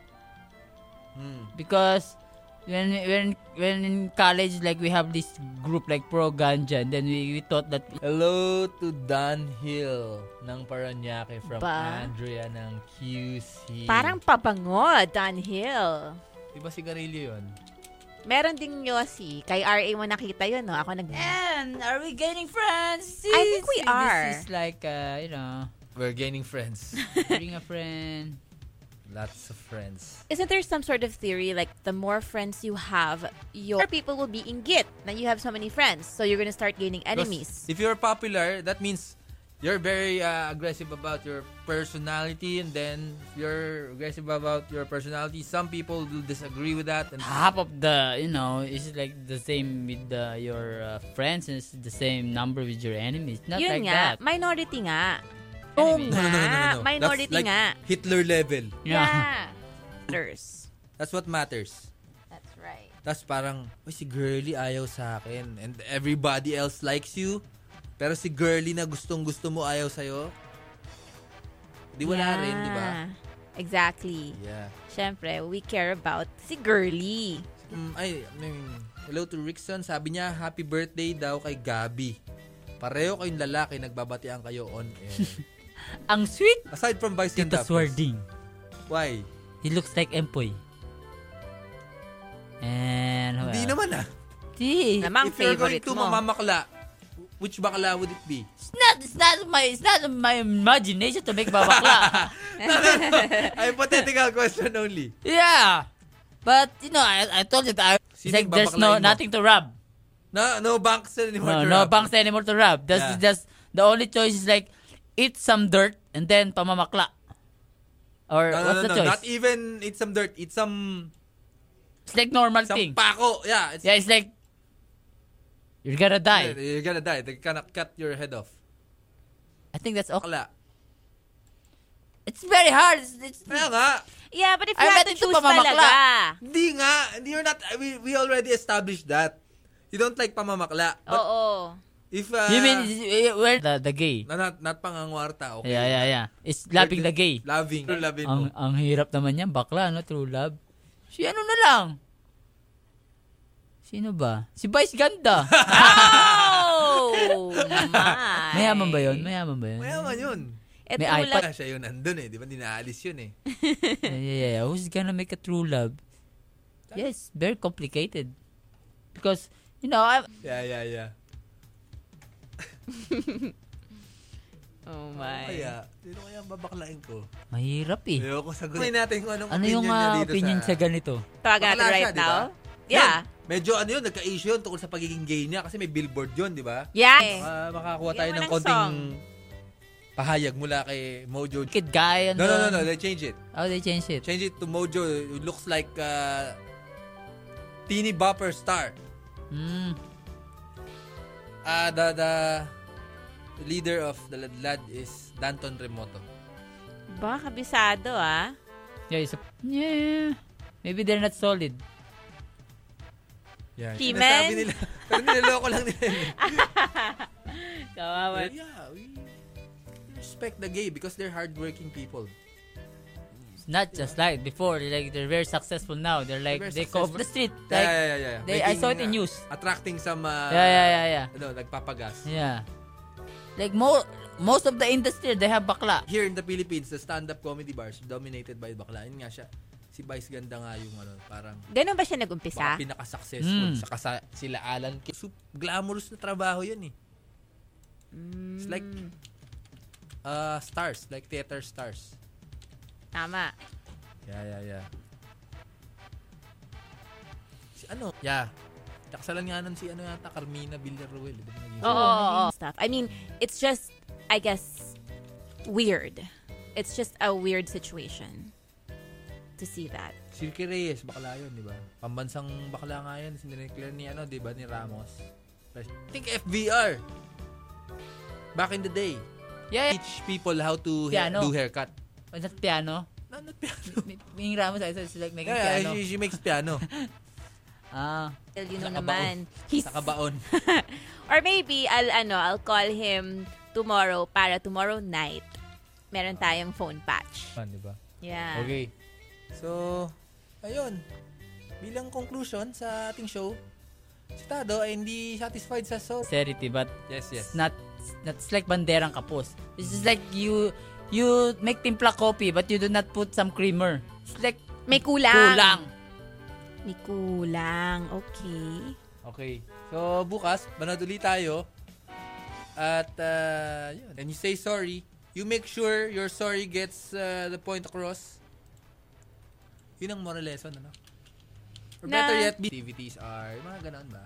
A: Hmm.
B: because when when when in college like we have this group like pro ganja and then we, we thought that
A: Hello to Don Hill ng Paranaque from
C: Ba?
A: Andrea ng QC.
C: Parang pabango, Don Hill.
A: Di ba sigarilyo yun?
C: Meron ding Yossi. Kay RA mo nakita yun, no? Ako nag...
B: man are we gaining friends?
C: I think
B: This
C: we are.
B: is like uh, you know
A: We're gaining friends.
B: bring a friend.
A: Lots of friends.
C: Isn't there some sort of theory like the more friends you have, your people will be ingit na you have so many friends. So you're gonna start gaining
A: Because
C: enemies.
A: If you're popular, that means you're very uh, aggressive about your personality and then you're aggressive about your personality. Some people will disagree with that and
B: half of the you know it's like the same with the, your uh, friends and it's the same number with your enemies not
C: Yun
B: like
C: nga, Oh
B: that
C: minority nga. Oo
B: Enemies.
A: No, no, no, no, no, no.
C: nga, minority
A: That's like
C: nga.
A: Hitler level.
C: Yeah. Others.
A: That's what matters.
C: That's right.
A: Tapos parang, "Uy, si girly ayaw sa akin and everybody else likes you. Pero si girly na gustong gusto mo ayaw sa'yo, di wala
C: Yeah.
A: rin, di ba?
C: Exactly.
A: Yeah.
C: Siyempre, we care about si girly.
A: Mm, ay, mm, hello to Rickson. Sabi niya, happy birthday daw kay Gabi. Pareho kayong lalaki, nagbabatian kayo on air.
B: ang sweet
A: Aside from Vice
B: Tito
A: Ganda.
B: Swarding
A: Why?
B: he looks like Empoy and who
A: Hindi
B: else?
A: naman ah.
B: Di.
C: Namang
A: If you're going
C: favorite
A: to
C: mo.
A: mamamakla, which bakla would it be?
B: it's not it's not my it's not my imagination to make babakla
A: Hypothetical question only.
B: yeah but you know I, I told you that I, it's
A: Sino
B: like
A: yung
B: there's no
A: babaklain mo?
B: nothing to rub
A: No, no banks anymore.
B: No,
A: to
B: no
A: rob.
B: banks anymore to rob. That's
A: Yeah.
B: just the only choice is like eat some dirt and then pamamakla. Or
A: No, no,
B: what's
A: no,
B: the
A: no,
B: choice?
A: Not even eat some dirt. Eat some,
B: it's like normal
A: some
B: thing.
A: pako. Yeah, it's,
B: yeah, it's like you're gonna die.
A: you're gonna die. They cannot cut your head off.
B: I think that's okay.
A: Bakla.
B: It's very hard. It's, it's,
A: Kaya nga,
C: Yeah, but if you
B: Ay,
C: had
B: ba't
C: to
B: ito
C: choose
B: pamamakla?
C: talaga.
A: Hindi nga, hindi you're not, we, we already established that. You don't like pamamakla. But
C: Oo.
A: if, uh,
B: Oh. you mean eh, where the the gay?
A: na, not, not pangangwarta, okay?
B: Yeah, yeah, yeah. It's loving the gay.
A: Loving, True loving
B: Ang
A: mo.
B: ang hirap naman yan, bakla, no? True love. Si ano na lang? Sino ba? Si Vice Ganda.
C: Oh, my.
B: Mayaman ba yun? Mayaman ba yun?
A: Mayaman yun.
C: Ito
B: May
C: lang.
A: Wala siya yun, nandun eh. Di ba, dinaalis yun eh.
B: yeah, yeah, yeah. Who's gonna make a true love? Yeah, it's very complicated. Because, you know, I,
A: Yeah, yeah, yeah.
C: Oh, my.
A: Kaya, sino kaya ang babaklain ko?
B: mahirap eh.
A: Ayoko sagot. Kunin natin kung anong
B: Ano
A: opinion
B: yung
A: niya
B: ah,
A: dito
B: opinion
A: sa...
B: sa ganito?
C: Tawagan natin
A: Bakla siya,
C: right
A: di ba?
C: now. Yeah.
A: Yun, medyo ano yun, nagka-issue yun tungkol sa pagiging gay niya kasi may billboard yun, di ba?
C: Yeah.
A: Baka makakuha
C: Bigyan
A: tayo
C: mo
A: ng
C: ng
A: konting
C: song.
A: pahayag mula kay Mojo.
B: Kid guy and
A: No, no, no, no, they change it.
B: Oh, they changed it.
A: Change it to Mojo. It looks like uh, teeny bopper star.
B: Mm.
A: Uh, the, the leader of the Ladlad is Danton Remoto.
C: Ba, kabisado ah.
B: Yeah, it's a, yeah. Maybe they're not solid.
A: Yeah. Sinasabi
C: He-Man?
A: nila. Pero niloloko lang nila. yun.
C: Kawawa.
A: yeah, we respect the gay because they're hardworking people.
B: It's not just like before. They're like they're very successful now. They're like
A: They're
B: they
A: very
B: go off
A: successful. Yeah,
B: the street.
A: yeah,
B: Like,
A: yeah, yeah.
B: they- I saw it in
A: uh,
B: news.
A: Attracting some, uh,
B: yeah, yeah, yeah, yeah.
A: ano, nagpapagas.
B: Yeah. Like mo most of the industry they have bakla.
A: Here in the Philippines, the stand-up comedy bars dominated by bakla. Yun nga siya. Si Vice Ganda nga yung ano, parang
C: Ganun ba siya nag-umpisa?
A: baka pinaka-successful.
B: Mm.
A: Saka sa- sila Alan Kim. Sup- glamorous na trabaho yun eh.
C: Mm,
A: It's like
B: Hmm.
A: uh, stars, like theater stars.
C: Tama.
A: Yeah, yeah, yeah. Si ano? Yeah. Taksalan nga nun si ano yata, Carmina Villarroel. Di ba naging-
C: Oo, oo, oo. Stuff. I mean, it's just, I guess, weird. It's just a weird situation to see that.
A: Si Ricky Reyes, bakla yun, di ba? Pambansang bakla nga yun, sineclare ni ano, di ba, ni Ramos. Think FVR! Back in the day,
B: Yeah, yeah.
A: teach people how to hair,
B: Yeah, no.
A: do haircut.
B: Was that piano?
A: No, not piano.
B: Ming Ramos, I said, she's like making
A: Yeah,
B: piano.
A: she, she makes piano.
B: Ah.
C: Well, you know
A: Sa kabaon.
C: naman. He's,
A: sa kabaon.
C: or maybe, I'll, ano, I'll call him tomorrow para tomorrow night. Meron tayong phone patch.
A: Yan, di ba?
C: Yeah.
A: Okay. So, ayun. Bilang conclusion sa ating show, si Tado ay hindi satisfied sa soap.
B: Sincerity, but
A: Yes, yes.
B: it's not, it's not- it's like banderang kapos. It's just like you, you make timpla coffee, but you do not put some creamer. It's like
C: May kulang.
B: kulang.
C: May kulang. Okay.
A: Okay. So, bukas, manaduli tayo. At, uh, yun. And you say sorry. You make sure your sorry gets uh, the point across. Yun ang moral lesson, ano? Or
C: Na-
A: better yet, be- activities are, mga ganun ba?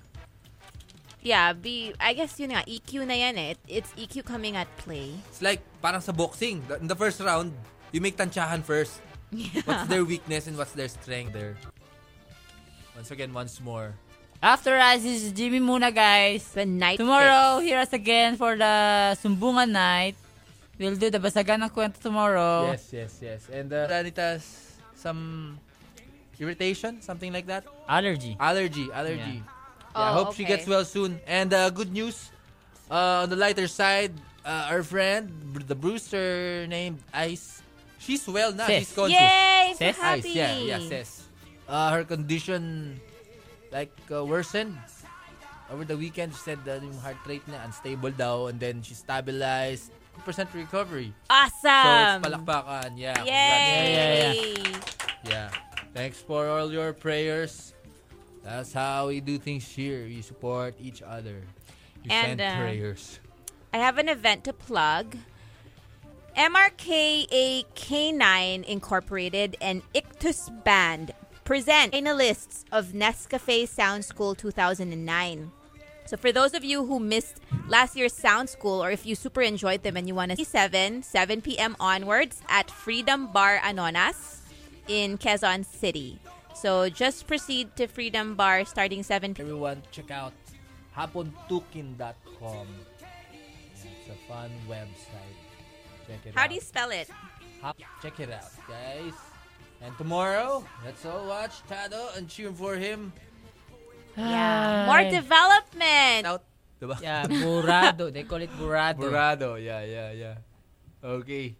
C: yeah, be, I guess yun nga, EQ na yan eh. It- It's EQ coming at play.
A: It's like, parang sa boxing. The- In the first round, you make tansyahan first. What's their weakness and what's their strength there? Once again, once more.
B: After us is Jimmy muna, guys.
C: The night
B: Tomorrow,
C: fix.
B: hear us again for the Sumbungan Night. We'll do the Basagan ng Kwento tomorrow.
A: Yes, yes, yes. And uh, Ranitas, some irritation, something like that.
B: Allergy.
A: Allergy, allergy. Yeah,
C: Oh,
A: hope she
C: okay.
A: gets well soon. And uh, good news, uh, on the lighter side, uh, our friend, Br- the Brewster named Ice, she's well now.
B: Sis.
A: She's conscious.
C: Yay!
B: Sis?
C: Sis?
A: Ice,
C: Happy.
A: yeah, yeah, sis. Uh, her condition, like, uh, worsened. Over the weekend, she said that yung heart rate niya unstable daw and then she stabilized. 2% recovery. So,
C: Awesome.
A: it's palakpakan. Yeah.
C: Yay!
A: congrats. Yeah. Thanks for all your prayers. That's how we do things here. We support each other. We
C: And,
A: send
C: uh,
A: prayers.
C: I have an event to plug. MRKA K9 Incorporated and Ictus Band present finalists of Nescafe Sound School 2009. So for those of you who missed last year's Sound School or if you super enjoyed them and you want to see 7, 7 p.m. onwards at Freedom Bar Anonas in Quezon City. So just proceed to Freedom Bar starting 7 p.m.
A: Everyone, check out hapontukin.com. It's a fun website. Check it
C: How
A: out.
C: do you spell it?
A: Hop, check it out, guys. And tomorrow, let's all watch Tado and cheer for him.
C: Yeah. More development.
A: Out. Diba?
B: Yeah, burado. They call it burado.
A: Burado. Yeah, yeah, yeah. Okay.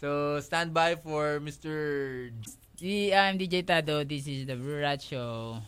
A: So, stand by for Mr.
B: D- I'm DJ Tado. This is the Burat Show.